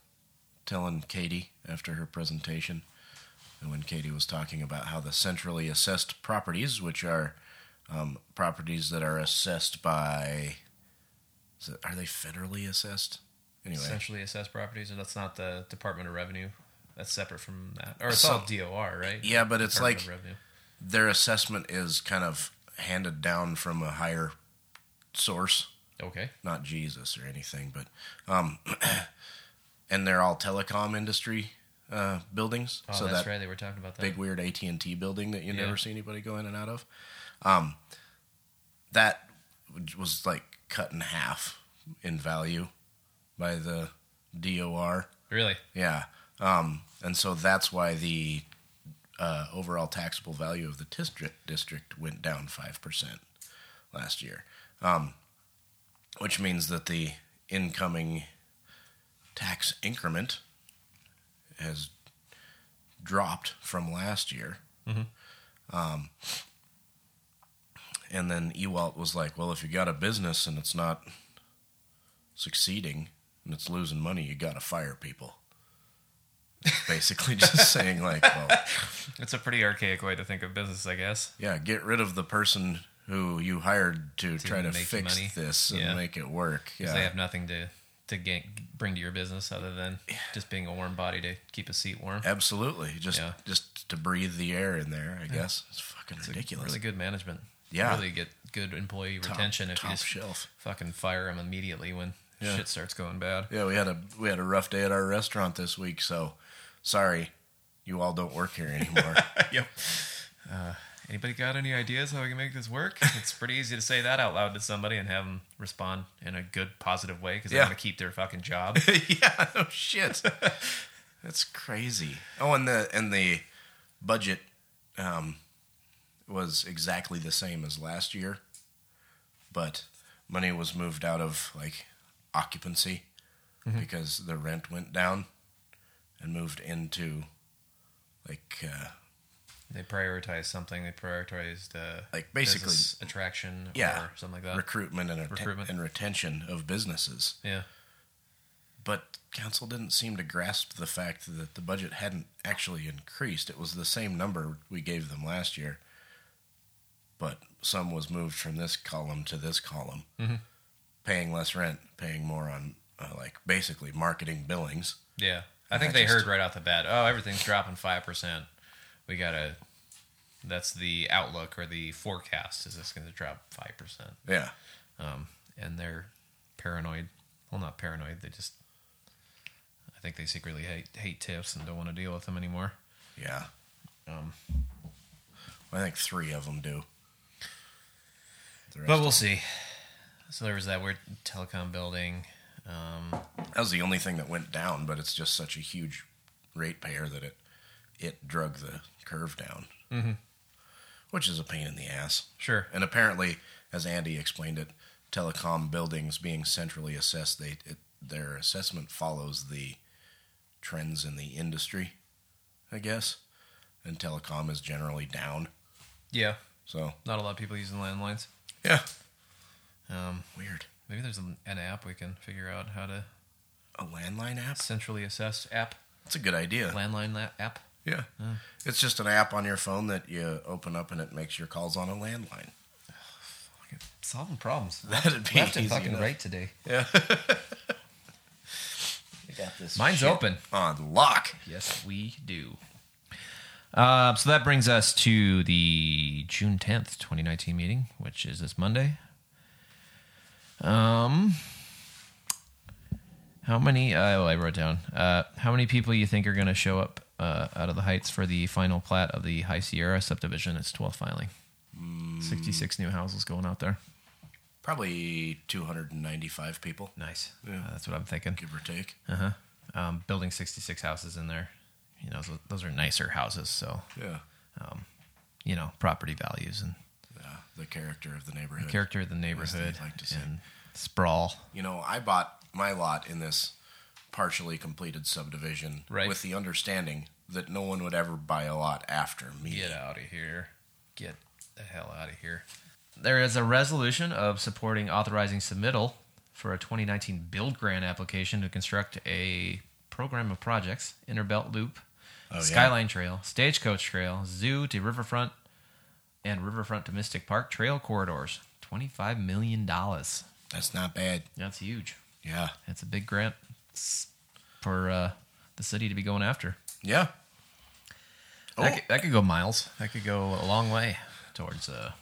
Speaker 2: telling Katie after her presentation, and when Katie was talking about how the centrally assessed properties, which are um, properties that are assessed by, is it, are they federally assessed? Anyway,
Speaker 1: Essentially, assessed properties, and that's not the Department of Revenue. That's separate from that, or it's
Speaker 2: So-
Speaker 1: all DOR, right?
Speaker 2: yeah, but it's
Speaker 1: Department
Speaker 2: like-
Speaker 1: of Revenue.
Speaker 2: their assessment is kind of handed down from a higher source.
Speaker 1: Okay.
Speaker 2: not Jesus or anything, but um, and they're all telecom industry uh, buildings.
Speaker 1: Oh,
Speaker 2: so
Speaker 1: that's
Speaker 2: that
Speaker 1: right. They were talking about that.
Speaker 2: big weird AT and T building that you
Speaker 1: Yeah.
Speaker 2: never see anybody go in and out of, um, that was like cut in half in value by the DOR.
Speaker 1: really?
Speaker 2: Yeah, um, and so that's why the uh, overall taxable value of the district district went down five percent last year, um, which means that the incoming tax increment has dropped from last year. Um, and then Ewalt was like, "Well, if you got a business and it's not succeeding and it's losing money, you got to fire people." Basically, just saying like, "Well."
Speaker 1: It's a pretty archaic way to think of business, I guess.
Speaker 2: Yeah, get rid of the person who you hired to, try to
Speaker 1: make
Speaker 2: fix
Speaker 1: money.
Speaker 2: this and
Speaker 1: Yeah.
Speaker 2: make it work.
Speaker 1: 'Cause
Speaker 2: Yeah.
Speaker 1: They have nothing to to get, bring to your business other than just being a warm body to keep a seat warm.
Speaker 2: Absolutely. Just
Speaker 1: Yeah.
Speaker 2: just to breathe the air in there, I guess. It's fucking ridiculous.
Speaker 1: Really good management.
Speaker 2: Yeah.
Speaker 1: Really get good employee
Speaker 2: top,
Speaker 1: retention if
Speaker 2: top
Speaker 1: you just
Speaker 2: shelf.
Speaker 1: fucking fire them immediately when
Speaker 2: Yeah.
Speaker 1: shit starts going bad.
Speaker 2: Yeah, we had a we had a rough day at our restaurant this week, so sorry. You all don't work here anymore.
Speaker 1: yep. Uh, anybody got any ideas how we can make this work? It's pretty easy to say that out loud to somebody and have them respond in a good, positive way because they
Speaker 2: Yeah.
Speaker 1: want to keep their fucking job.
Speaker 2: yeah, no shit. That's crazy. Oh, and the and the budget um, was exactly the same as last year, but money was moved out of like occupancy
Speaker 1: Mm-hmm.
Speaker 2: because the rent went down and moved into like uh,
Speaker 1: they prioritize something. They prioritized uh,
Speaker 2: Like, basically-
Speaker 1: business attraction,
Speaker 2: Yeah.
Speaker 1: or something like that.
Speaker 2: recruitment and rete-
Speaker 1: recruitment.
Speaker 2: and retention of businesses.
Speaker 1: yeah,
Speaker 2: But council didn't seem to grasp the fact that the budget hadn't actually increased. It was the same number we gave them last year, but some was moved from this column to this column,
Speaker 1: Mm-hmm.
Speaker 2: paying less rent, paying more on uh, like basically marketing billings.
Speaker 1: yeah. I think
Speaker 2: I
Speaker 1: they
Speaker 2: just-
Speaker 1: heard right off the bat. Oh, everything's dropping five percent. We gotta. That's the outlook or the forecast. Is this going to drop five percent?
Speaker 2: Yeah,
Speaker 1: Um, and they're paranoid. Well, not paranoid. They just. I think they secretly hate hate tips and don't want to deal with them anymore.
Speaker 2: yeah.
Speaker 1: Um,
Speaker 2: I think three of them do. The rest
Speaker 1: but
Speaker 2: of-
Speaker 1: we'll see. So there was that weird telecom building. Um,
Speaker 2: that was the only thing that went down, but it's just such a huge rate payer that it it drug the curve down, mm-hmm. which is a pain in the ass.
Speaker 1: sure.
Speaker 2: And apparently, as Andy explained it, telecom buildings being centrally assessed, they it, their assessment follows the trends in the industry, I guess. And telecom is generally down
Speaker 1: Yeah.
Speaker 2: So
Speaker 1: Not a lot of people using landlines.
Speaker 2: yeah,
Speaker 1: Um,
Speaker 2: weird.
Speaker 1: maybe there's an, an app we can figure out how to
Speaker 2: A landline app.
Speaker 1: centrally assess app,
Speaker 2: That's a good idea.
Speaker 1: landline la- app.
Speaker 2: Yeah. It's just an app on your phone that you open up and it makes your calls on a landline.
Speaker 1: Fucking Solving problems.
Speaker 2: That'd be
Speaker 1: Left and
Speaker 2: easy
Speaker 1: fucking
Speaker 2: enough.
Speaker 1: right today.
Speaker 2: I got this.
Speaker 1: Mine's
Speaker 2: shit
Speaker 1: open.
Speaker 2: On lock.
Speaker 1: Yes, we do. Uh, so that brings us to the June 10th, 2019 meeting, which is this Monday. Um, how many? Uh, oh, I wrote down. Uh, how many people you think are going to show up uh, out of the heights for the final plat of the High Sierra subdivision? It's 12th filing. 66 new houses going out there.
Speaker 2: Probably 295 people,
Speaker 1: Nice.
Speaker 2: Yeah.
Speaker 1: Uh, that's what I'm thinking.
Speaker 2: give or take.
Speaker 1: Uh-huh. Um, building 66 houses in there. You know, those, those are nicer houses, so
Speaker 2: Yeah.
Speaker 1: you know, property values and
Speaker 2: Yeah. The character of the neighborhood.
Speaker 1: character of the
Speaker 2: As they
Speaker 1: neighborhood
Speaker 2: like to say.
Speaker 1: and sprawl.
Speaker 2: you know, I bought my lot in this partially completed subdivision
Speaker 1: Right.
Speaker 2: with the understanding that no one would ever buy a lot after me.
Speaker 1: out of here. Get the hell out of here. There is a resolution of supporting authorizing submittal for a 2019 build grant application to construct a program of projects, Interbelt Loop, Oh,
Speaker 2: yeah.
Speaker 1: Skyline Trail, Stagecoach Trail, Zoo to Riverfront, and Riverfront to Mystic Park Trail corridors. $25 million. That's
Speaker 2: That's not bad.
Speaker 1: huge.
Speaker 2: Yeah.
Speaker 1: That's a big grant for uh, the city to be going after.
Speaker 2: Yeah. Oh,
Speaker 1: That, could, that could go miles. That could go a long way towards uh,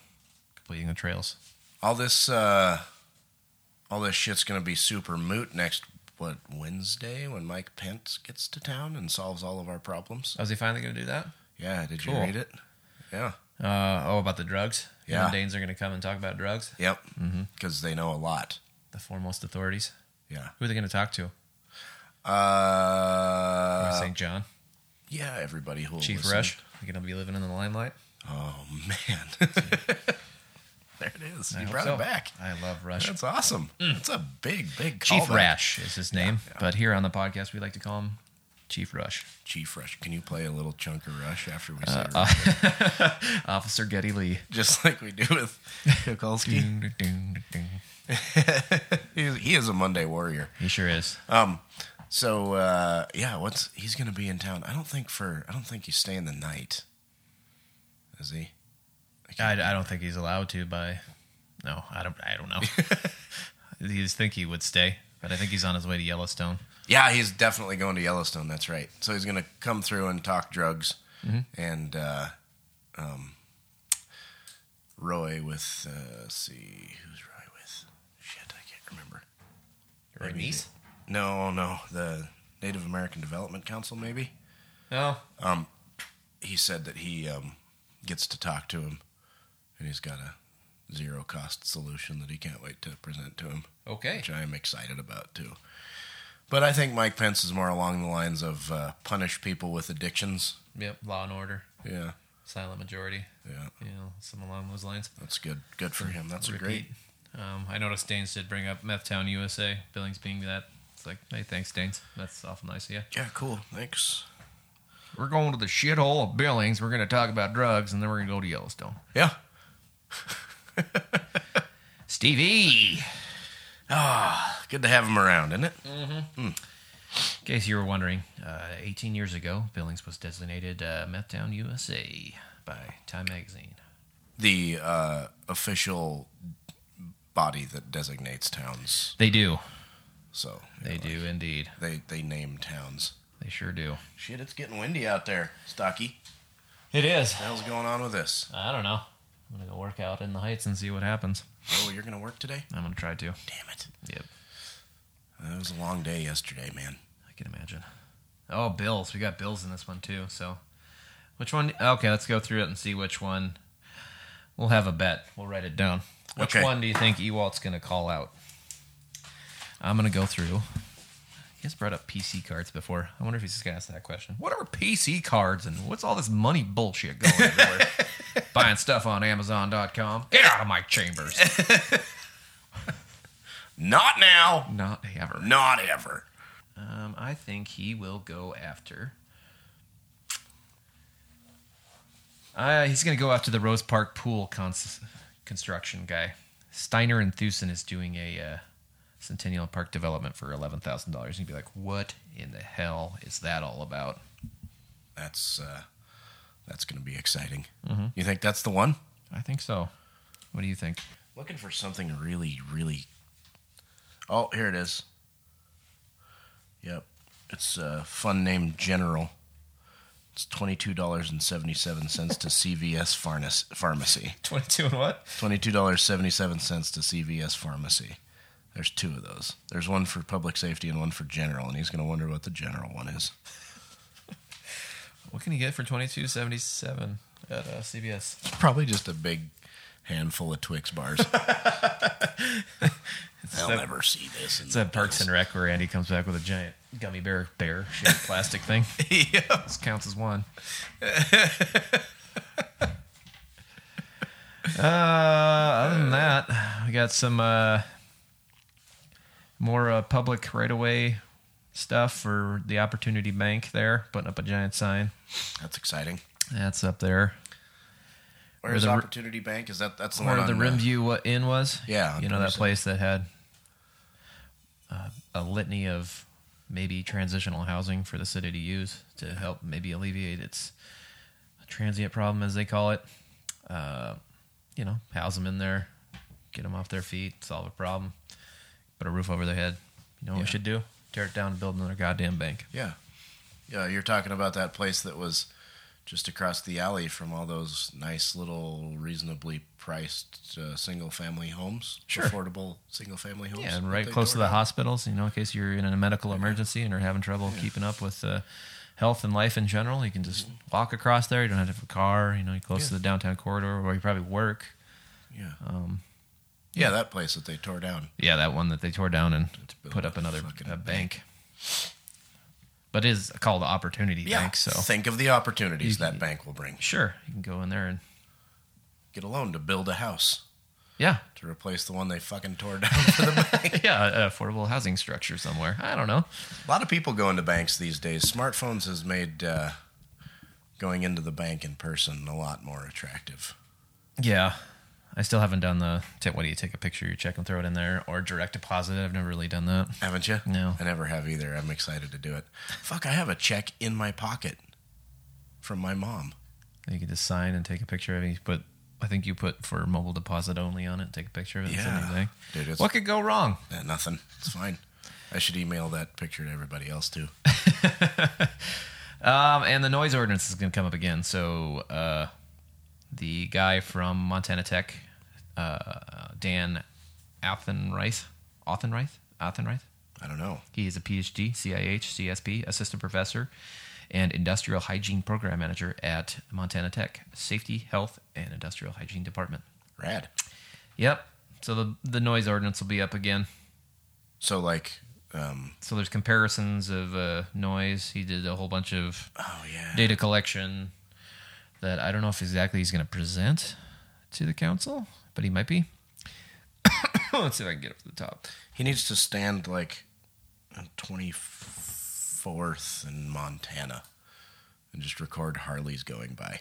Speaker 1: completing the trails.
Speaker 2: all this uh all this shit's gonna be super moot next what Wednesday when Mike Pence gets to town and solves all of our problems.
Speaker 1: Oh, is he finally going to do that?
Speaker 2: Yeah, did you
Speaker 1: Cool.
Speaker 2: read it? Yeah.
Speaker 1: Uh, oh, about the drugs? You know,
Speaker 2: Yeah.
Speaker 1: Danes are going to come and talk about drugs?
Speaker 2: Yep.
Speaker 1: Mm-hmm.
Speaker 2: Because they know a lot.
Speaker 1: The foremost authorities?
Speaker 2: Yeah.
Speaker 1: Who are they going to talk to? Uh,
Speaker 2: Uh,
Speaker 1: St. John?
Speaker 2: yeah, everybody who will
Speaker 1: Chief
Speaker 2: listen.
Speaker 1: Rush? They're going to be living in the limelight?
Speaker 2: Oh man. there it is.
Speaker 1: I
Speaker 2: you
Speaker 1: hope
Speaker 2: brought
Speaker 1: so.
Speaker 2: it back.
Speaker 1: I love Rush.
Speaker 2: That's awesome. It's a big, big
Speaker 1: Mm. Chief
Speaker 2: callback.
Speaker 1: Rash is his name, but here on the podcast, we like to call him Chief Rush.
Speaker 2: Chief Rush. Can you play a little chunk of Rush after
Speaker 1: Uh,
Speaker 2: we say Rush?
Speaker 1: Officer Getty Lee.
Speaker 2: just like we do with Kukulski?
Speaker 1: Ding, ding, ding.
Speaker 2: He is- he is a Monday warrior.
Speaker 1: He sure is.
Speaker 2: Um, so uh, yeah, what's he's gonna be in town? I don't think for I don't think he's staying the night. Is he?
Speaker 1: I, I don't think he's allowed to by. No, I don't. I don't know. you just think he would stay, but I think he's on his way to Yellowstone.
Speaker 2: Yeah, he's definitely going to Yellowstone. That's right. So he's gonna come through and talk drugs and uh, um, Roy with uh, let's see who's Roy with? Shit, I can't remember.
Speaker 1: Or
Speaker 2: Maybe- No, no, the Native American Development Council maybe.
Speaker 1: No.
Speaker 2: he said that he um, gets to talk to him, and he's got a zero cost solution that he can't wait to present to him,
Speaker 1: Okay.
Speaker 2: which I am excited about too. But I think Mike Pence is more along the lines of uh, punish people with addictions.
Speaker 1: Yep. Law and Order.
Speaker 2: Yeah,
Speaker 1: Silent Majority.
Speaker 2: yeah,
Speaker 1: You know, some along those lines.
Speaker 2: that's good. Good for him. That's a great.
Speaker 1: Repeat. Um, I noticed Danes did bring up Meth Town USA. Billings being that. It's like, hey, thanks, Danes. That's awful nice of you.
Speaker 2: Yeah, cool. Thanks.
Speaker 1: We're going to the shithole of Billings. We're going to talk about drugs, and then we're going to go to Yellowstone.
Speaker 2: Yeah.
Speaker 1: Stevie.
Speaker 2: Good to have him around, isn't it?
Speaker 1: In case you were wondering, uh, 18 years ago, Billings was designated uh, Meth Town USA by Time Magazine.
Speaker 2: The uh, official body that designates towns.
Speaker 1: They do.
Speaker 2: So
Speaker 1: They do indeed.
Speaker 2: they they name towns.
Speaker 1: They sure do.
Speaker 2: Shit, it's getting windy out there, Stocky.
Speaker 1: It is.
Speaker 2: the hell's going on with this?
Speaker 1: I don't know. I'm going to go work out in the heights and see what happens.
Speaker 2: Oh, you're gonna work today?
Speaker 1: I'm going to try to.
Speaker 2: Damn it!
Speaker 1: Yep.
Speaker 2: It was a long day yesterday, man.
Speaker 1: I can imagine. Oh, Bills. We got Bills in this one, too. So, which one? Okay, let's go through it and see which one. We'll have a bet. We'll write it down. Which
Speaker 2: Okay.
Speaker 1: one do you think Ewalt's going to call out? I'm going to go through. He has brought up PC cards before. I wonder if he's just going to ask that question. What are PC cards and what's all this money bullshit going everywhere? Buying stuff on Amazon.com. Get out of my chambers.
Speaker 2: Not now.
Speaker 1: Not ever.
Speaker 2: Not ever.
Speaker 1: Um, I think he will go after. Uh, he's going to go after the Rose Park pool cons- construction guy. Steiner and Thusen is doing a uh, Centennial Park development for eleven thousand dollars. He'd be like, "What in the hell is that all about?"
Speaker 2: That's uh, that's going to be exciting. You think that's the one?
Speaker 1: I think so. What do you think?
Speaker 2: Looking for something really, really. Oh, here it is. Yep, it's a fun name, General. It's twenty two dollars and seventy seven cents to CVS Farnes- Pharmacy.
Speaker 1: Twenty-two and what?
Speaker 2: Twenty-two dollars seventy-seven cents to CVS Pharmacy. There's two of those. There's one for public safety and one for general, and he's going to wonder what the general one is.
Speaker 1: What can you get for twenty-two seventy-seven at uh, CBS?
Speaker 2: It's probably just a big handful of Twix bars. They'll
Speaker 1: that-
Speaker 2: never see this.
Speaker 1: It's that Parks and Rec where Andy comes back with a giant gummy bear bear shaped plastic thing.
Speaker 2: yeah.
Speaker 1: This counts as one. uh, other than that, we got some uh, more uh, public right away stuff for the Opportunity Bank there, putting up a giant sign.
Speaker 2: That's exciting.
Speaker 1: That's up there.
Speaker 2: Where's
Speaker 1: the-
Speaker 2: Opportunity Bank? Is that that's the
Speaker 1: Where
Speaker 2: one
Speaker 1: the
Speaker 2: on, uh,
Speaker 1: Rimview what Inn was?
Speaker 2: Yeah, on
Speaker 1: You know that
Speaker 2: 27th.
Speaker 1: place that had uh, a litany of maybe transitional housing for the city to use to help maybe alleviate its transient problem, as they call it. Uh, you know, house them in there, get them off their feet, solve a problem, put a roof over their head. You know what we
Speaker 2: Yeah.
Speaker 1: should do? Tear it down and build another goddamn bank.
Speaker 2: Yeah, yeah. You're talking about that place that was just across the alley from all those nice little reasonably priced uh, single family homes,
Speaker 1: Sure.
Speaker 2: affordable single family homes.
Speaker 1: Yeah, and
Speaker 2: that
Speaker 1: right
Speaker 2: they
Speaker 1: close to
Speaker 2: tore
Speaker 1: the
Speaker 2: down.
Speaker 1: hospitals, you know, in case you're in a medical emergency and are having trouble keeping up with uh, health and life in general, you can just walk across there. You don't have to have a car, you know, you're close to the downtown corridor where you probably work.
Speaker 2: Yeah.
Speaker 1: um,
Speaker 2: yeah, that place that they tore down.
Speaker 1: Yeah, that one that they tore down and
Speaker 2: build
Speaker 1: put
Speaker 2: a
Speaker 1: up another
Speaker 2: fucking
Speaker 1: uh,
Speaker 2: bank.
Speaker 1: bank. But it is called Opportunity
Speaker 2: Yeah.
Speaker 1: Bank, so Mm-hmm.
Speaker 2: Think of the opportunities
Speaker 1: You-
Speaker 2: that bank will bring.
Speaker 1: sure, you can go in there and
Speaker 2: Get a loan to build a house
Speaker 1: yeah,
Speaker 2: to replace the one they fucking tore down for the bank.
Speaker 1: yeah, uh, affordable housing structure somewhere. I don't know.
Speaker 2: A lot of people go into banks these days. Smartphones has made uh, going into the bank in person a lot more attractive.
Speaker 1: Yeah. I still haven't done the tip. What do you take a picture, you check and throw it in there, or direct deposit? I've never really done that.
Speaker 2: Haven't you?
Speaker 1: No.
Speaker 2: I never have either. I'm excited to do it. Fuck, I have a check in my pocket from my mom.
Speaker 1: You can just sign and take a picture of it. You put, I think you put for mobile deposit only on it. Take a picture of it. and send it to the bank.
Speaker 2: Dude, it's
Speaker 1: What could go wrong?
Speaker 2: eh, nothing. It's fine. I should email that picture to everybody else too.
Speaker 1: Um, and the noise ordinance is going to come up again. So uh, the guy from Montana Tech, uh, Dan Athenreith, Athenreith, Athenreith.
Speaker 2: I don't know.
Speaker 1: He is a PhD, CIH, CSP, assistant professor, and industrial hygiene program manager at Montana Tech Safety, Health, and Industrial Hygiene Department.
Speaker 2: Rad.
Speaker 1: Yep. So the the noise ordinance will be up again.
Speaker 2: So like, um,
Speaker 1: So there's comparisons of uh, noise. He did a whole bunch of
Speaker 2: oh yeah,
Speaker 1: data collection that I don't know if exactly he's going to present to the council, but he might be. Let's see if I can get up to the top.
Speaker 2: he needs to stand like twenty fourth in Montana and just record Harley's going by.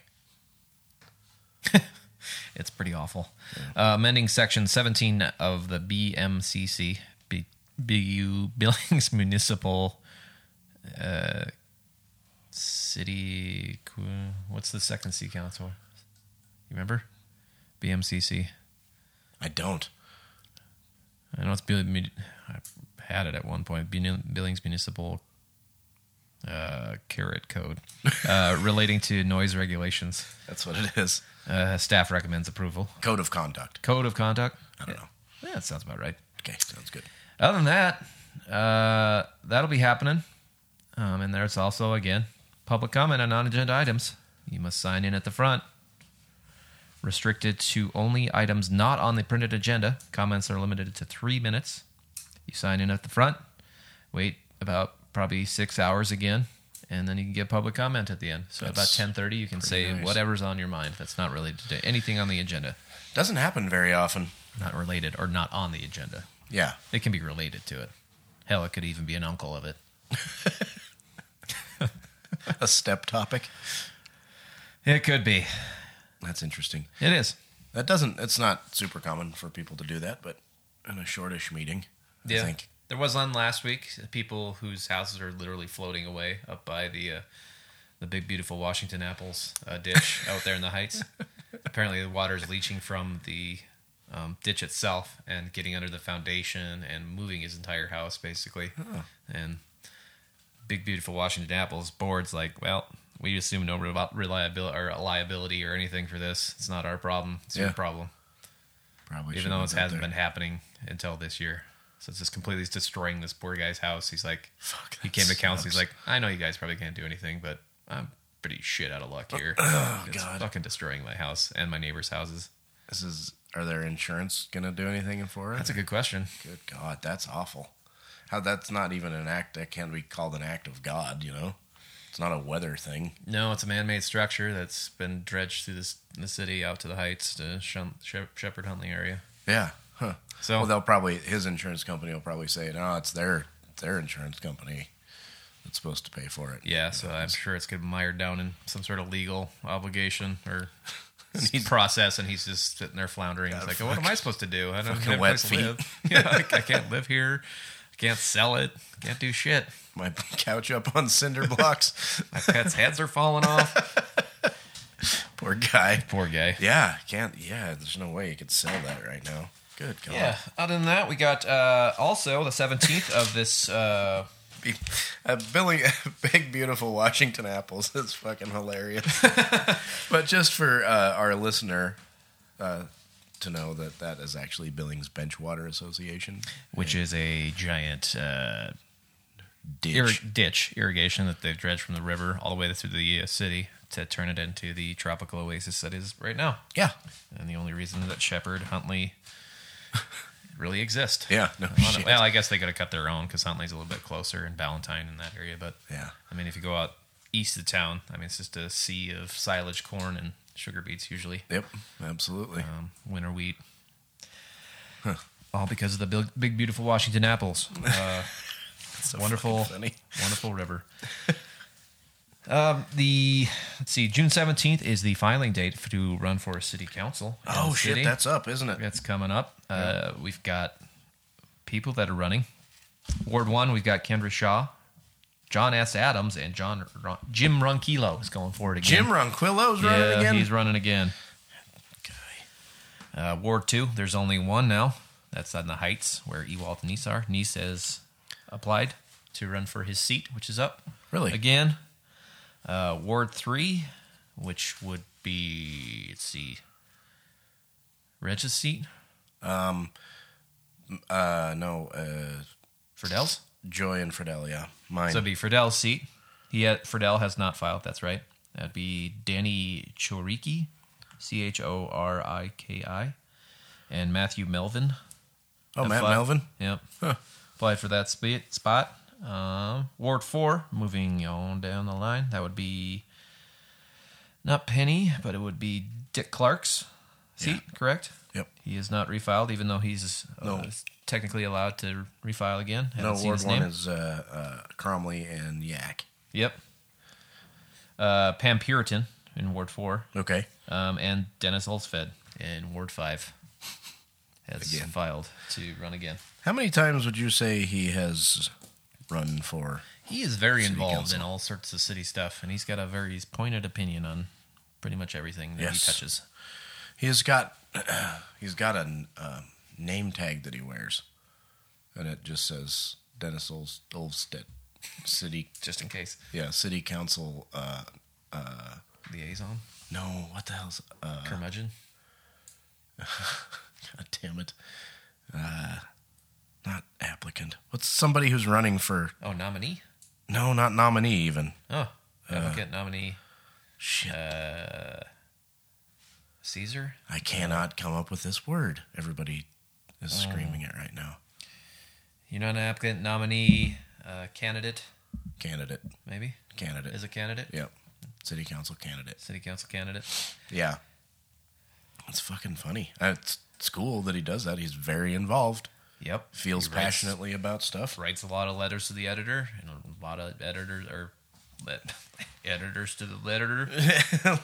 Speaker 1: It's pretty awful. Uh, amending section 17 of the BMCC, B- BU Billings Municipal uh, City. Qu- What's the second C council? You remember? BMCC.
Speaker 2: I don't.
Speaker 1: I know it's Bill- Mun- I had it at one point. Bun- Billings Municipal uh, Carrot Code uh, relating to noise regulations.
Speaker 2: That's what it is.
Speaker 1: Uh, staff recommends approval.
Speaker 2: Code of conduct.
Speaker 1: Code of conduct.
Speaker 2: I don't know.
Speaker 1: Yeah, that sounds about right.
Speaker 2: Okay, sounds good.
Speaker 1: Other than that, uh, that'll be happening. Um, and there's also, again, public comment on non agenda items. You must sign in at the front. Restricted to only items not on the printed agenda. Comments are limited to three minutes. You sign in at the front, wait about probably six hours again, and then you can get public comment at the end. So
Speaker 2: That's
Speaker 1: about ten thirty, you can say
Speaker 2: nice.
Speaker 1: whatever's on your mind that's not related to anything on the agenda,
Speaker 2: Doesn't happen very often.
Speaker 1: not related or not on the agenda.
Speaker 2: Yeah.
Speaker 1: It can be related to it. Hell, it could even be an uncle of it.
Speaker 2: a step topic.
Speaker 1: It could be.
Speaker 2: That's interesting.
Speaker 1: It is.
Speaker 2: That doesn't. It's not super common for people to do that, but in a shortish meeting, I
Speaker 1: Yeah.
Speaker 2: think.
Speaker 1: There was one last week. People whose houses are literally floating away up by the uh, the big beautiful Washington apples uh, ditch out there in the heights. Apparently, the water is leaching from the um, ditch itself and getting under the foundation and moving his entire house basically. And big beautiful Washington apples boards like well. We assume no reliability or liability or anything for this. It's not our problem. It's your
Speaker 2: Yeah.
Speaker 1: problem
Speaker 2: Probably
Speaker 1: even though
Speaker 2: shouldn't
Speaker 1: it
Speaker 2: have
Speaker 1: hasn't
Speaker 2: that
Speaker 1: been happening until this year. So it's just completely destroying this poor guy's house. He's like,
Speaker 2: Fuck,
Speaker 1: he
Speaker 2: that
Speaker 1: came to council. He's
Speaker 2: sucks.
Speaker 1: like, I know you guys probably can't do anything, but I'm pretty shit out of luck here. it's
Speaker 2: Oh, God.
Speaker 1: fucking destroying my house and my neighbors' houses.
Speaker 2: This is. Are their insurance gonna do anything for it?
Speaker 1: That's a good question.
Speaker 2: Good God, that's awful. How that's not even an act that can be called an act of God, you know? It's not a weather thing.
Speaker 1: No, it's a man-made structure that's been dredged through this the city out to the heights to Shun, Shep- Shepherd Huntley area.
Speaker 2: Yeah. Huh.
Speaker 1: So
Speaker 2: Well, they'll probably his insurance company will probably say, "No, it's their their insurance company that's supposed to pay for it."
Speaker 1: yeah, so I'm sure it's gonna be mired down in some sort of legal obligation or. process and he's just sitting there floundering. He's like, "What am I supposed to do? I don't have a
Speaker 2: wet
Speaker 1: place to
Speaker 2: feet."
Speaker 1: live. Yeah, I, I can't live here. I can't sell it. Can't do shit.
Speaker 2: My couch up on cinder blocks.
Speaker 1: My pets' heads are falling off.
Speaker 2: Poor guy.
Speaker 1: Poor guy.
Speaker 2: Yeah, can't. Yeah, there's no way you could sell that right now. Good God.
Speaker 1: Yeah. Other than that, we got uh, also the 17th of this. Uh,
Speaker 2: Be- A billing, big beautiful Washington apples. That's fucking hilarious. but just for uh, our listener uh, to know that that is actually Billings Bench Water Association.
Speaker 1: which is a giant uh,
Speaker 2: Ditch.
Speaker 1: irri- ditch irrigation that they've dredged from the river all the way through the uh, city to turn it into the tropical oasis that is right now.
Speaker 2: yeah,
Speaker 1: And the only reason that Shepherd Huntley really exist.
Speaker 2: yeah. No
Speaker 1: On-
Speaker 2: shit.
Speaker 1: well, I guess they could have cut their own because Huntley's a little bit closer and Valentine in that area. But
Speaker 2: yeah,
Speaker 1: I mean, if you go out east of town, I mean, it's just a sea of silage corn and sugar beets usually,
Speaker 2: yep, absolutely.
Speaker 1: um, winter wheat. All because of the big, big beautiful Washington apples. Uh, wonderful,
Speaker 2: fucking funny.
Speaker 1: wonderful river. Um, the let's see, June seventeenth is the filing date for, to run for city council. in
Speaker 2: oh
Speaker 1: the
Speaker 2: shit,
Speaker 1: city.
Speaker 2: that's up, isn't it?
Speaker 1: That's coming up. Uh, we've got people that are running. Ward one, we've got Kendra Shaw, John S. Adams, and John Ron- Jim Ronquillo is going for it again.
Speaker 2: Jim Ronquillo's
Speaker 1: yeah,
Speaker 2: running again.
Speaker 1: he's running again. Uh, Ward two, there's only one now. That's on the Heights where Ewald and Nice are. Nice has applied to run for his seat, which is up
Speaker 2: Really?
Speaker 1: again. Uh, Ward three, which would be let's see, Reg's seat.
Speaker 2: Uh, no, uh,
Speaker 1: Friedel's.
Speaker 2: Joy and Fidelia. Mine.
Speaker 1: So it'd be Friedel seat. He had, Friedel has not filed. That's right. That'd be Danny Choriki, C H O R I K I, and Matthew Melvin.
Speaker 2: oh,
Speaker 1: Have
Speaker 2: Matt
Speaker 1: fun.
Speaker 2: Melvin.
Speaker 1: Yep.
Speaker 2: Huh.
Speaker 1: Applied for that sp- spot. Um, Ward four. Moving on down the line, that would be not Penny, but it would be Dick Clark's seat. Correct.
Speaker 2: Yep.
Speaker 1: He has not refiled, even though he's uh,
Speaker 2: No.
Speaker 1: technically allowed to refile again.
Speaker 2: No,
Speaker 1: Haven't seen
Speaker 2: Ward
Speaker 1: his
Speaker 2: one
Speaker 1: name.
Speaker 2: is uh, uh, Cromley and Yak.
Speaker 1: Yep. Uh, Pam Puritan in Ward 4,
Speaker 2: Okay.
Speaker 1: um, and Dennis Olsfed in Ward 5 has
Speaker 2: Again.
Speaker 1: filed to run again.
Speaker 2: How many times would you say he has run for?
Speaker 1: He is very
Speaker 2: City
Speaker 1: involved
Speaker 2: Council.
Speaker 1: in all sorts of city stuff, and he's got a very pointed opinion on pretty much everything that
Speaker 2: Yes.
Speaker 1: he touches.
Speaker 2: He's got he's got a um, name tag that he wears, and it just says Dennis Ols- Olstead, city
Speaker 1: Just in case.
Speaker 2: yeah city council. Uh,
Speaker 1: Liaison,
Speaker 2: no, what the hell's uh,
Speaker 1: curmudgeon.
Speaker 2: God damn it, uh, not applicant. What's somebody who's running for?
Speaker 1: Oh, nominee?
Speaker 2: No, not nominee even.
Speaker 1: Oh, applicant, nominee,
Speaker 2: Shit,
Speaker 1: Caesar?
Speaker 2: I cannot come up with this word. Everybody is
Speaker 1: Oh.
Speaker 2: screaming it right now.
Speaker 1: You're not an applicant, nominee, uh, candidate,
Speaker 2: Candidate,
Speaker 1: maybe?
Speaker 2: candidate.
Speaker 1: Is a candidate?
Speaker 2: Yep. City council candidate.
Speaker 1: City council candidate.
Speaker 2: Yeah. It's fucking funny. At school that he does that, he's very involved.
Speaker 1: Yep.
Speaker 2: Feels
Speaker 1: He writes-
Speaker 2: passionately about stuff.
Speaker 1: writes a lot of letters to the editor, and a lot of editors or let, editors to the editor,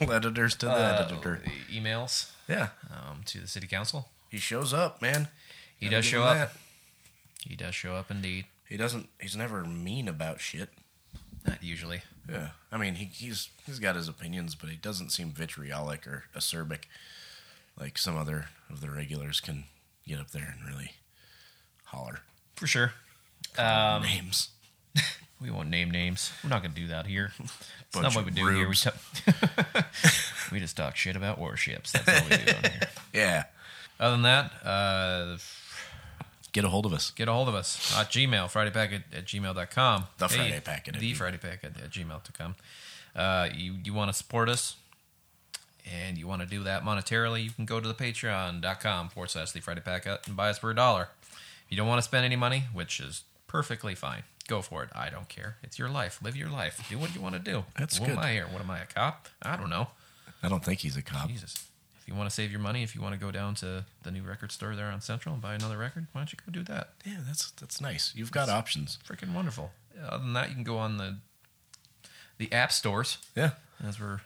Speaker 2: Editors to the
Speaker 1: uh,
Speaker 2: editor.
Speaker 1: emails
Speaker 2: Yeah,
Speaker 1: um, to the city council.
Speaker 2: he shows up, man.
Speaker 1: He
Speaker 2: Gotta
Speaker 1: does
Speaker 2: give
Speaker 1: show
Speaker 2: him
Speaker 1: up.
Speaker 2: that.
Speaker 1: He does show up indeed.
Speaker 2: He doesn't. He's never mean about shit.
Speaker 1: Not usually.
Speaker 2: Yeah, I mean he, he's he's got his opinions, but he doesn't seem vitriolic or acerbic like some other of the regulars can get up there and really holler
Speaker 1: For sure. Um,
Speaker 2: names.
Speaker 1: We won't name names. We're not going to do that here. It's not
Speaker 2: Bunch
Speaker 1: what we
Speaker 2: of
Speaker 1: do here. We,
Speaker 2: rubes.
Speaker 1: talk we just talk shit about warships. That's all we do on here.
Speaker 2: Yeah,
Speaker 1: Other than that, uh,
Speaker 2: get a hold of us.
Speaker 1: get a hold of us at Gmail, Friday Packet at gmail.com.
Speaker 2: The Friday Packet at
Speaker 1: The
Speaker 2: gmail.
Speaker 1: Friday Packet at gmail.com. Uh, you you want to support us and you want to do that monetarily, you can go to the patreon.com forward slash the Friday Packet and buy us for a dollar. If you don't want to spend any money, which is perfectly fine, go for it. I don't care. It's your life. Live your life. Do what you want to do.
Speaker 2: That's
Speaker 1: what am
Speaker 2: good.
Speaker 1: I here? What am I, a cop? I don't know.
Speaker 2: I don't think he's a cop.
Speaker 1: Jesus. If you want to save your money, if you want to go down to the new record store there on Central and buy another record, why don't you go do that?
Speaker 2: Yeah, that's that's nice. You've got options.
Speaker 1: freaking wonderful. Other than that, you can go on the the app stores
Speaker 2: Yeah,
Speaker 1: as we're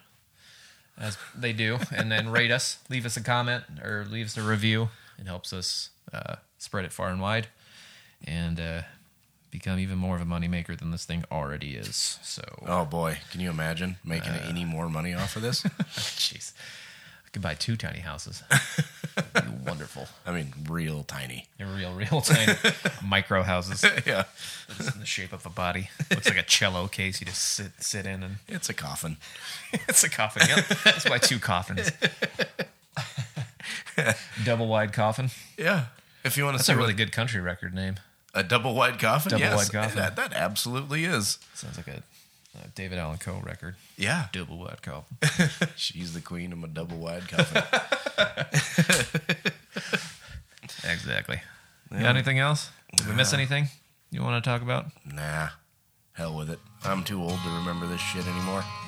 Speaker 1: as they do, and then rate us, leave us a comment, or leave us a review. It helps us uh, spread it far and wide, and uh, become even more of a moneymaker than this thing already is. So,
Speaker 2: Oh boy, can you imagine making
Speaker 1: Uh.
Speaker 2: any more money off of this?
Speaker 1: jeez, I could buy two tiny houses. It'd be wonderful,
Speaker 2: I mean, real tiny.
Speaker 1: They're real, real tiny micro houses
Speaker 2: yeah,
Speaker 1: just in the shape of a body. Looks like a cello case you just sit sit in and
Speaker 2: it's a coffin.
Speaker 1: It's a coffin. Yep. That's why two coffins. double wide coffin.
Speaker 2: Yeah, if you want to
Speaker 1: That's
Speaker 2: see
Speaker 1: a
Speaker 2: what-
Speaker 1: really good country record name.
Speaker 2: a double wide coffin,
Speaker 1: Double
Speaker 2: yes,
Speaker 1: wide coffin.
Speaker 2: That, that absolutely is.
Speaker 1: Sounds like a, uh David Allen Coe record.
Speaker 2: Yeah,
Speaker 1: Double wide coffin.
Speaker 2: she's the queen of a double wide coffin.
Speaker 1: exactly. You Got anything else? Did we miss anything you want to talk about?
Speaker 2: nah, hell with it. I'm too old to remember this shit anymore.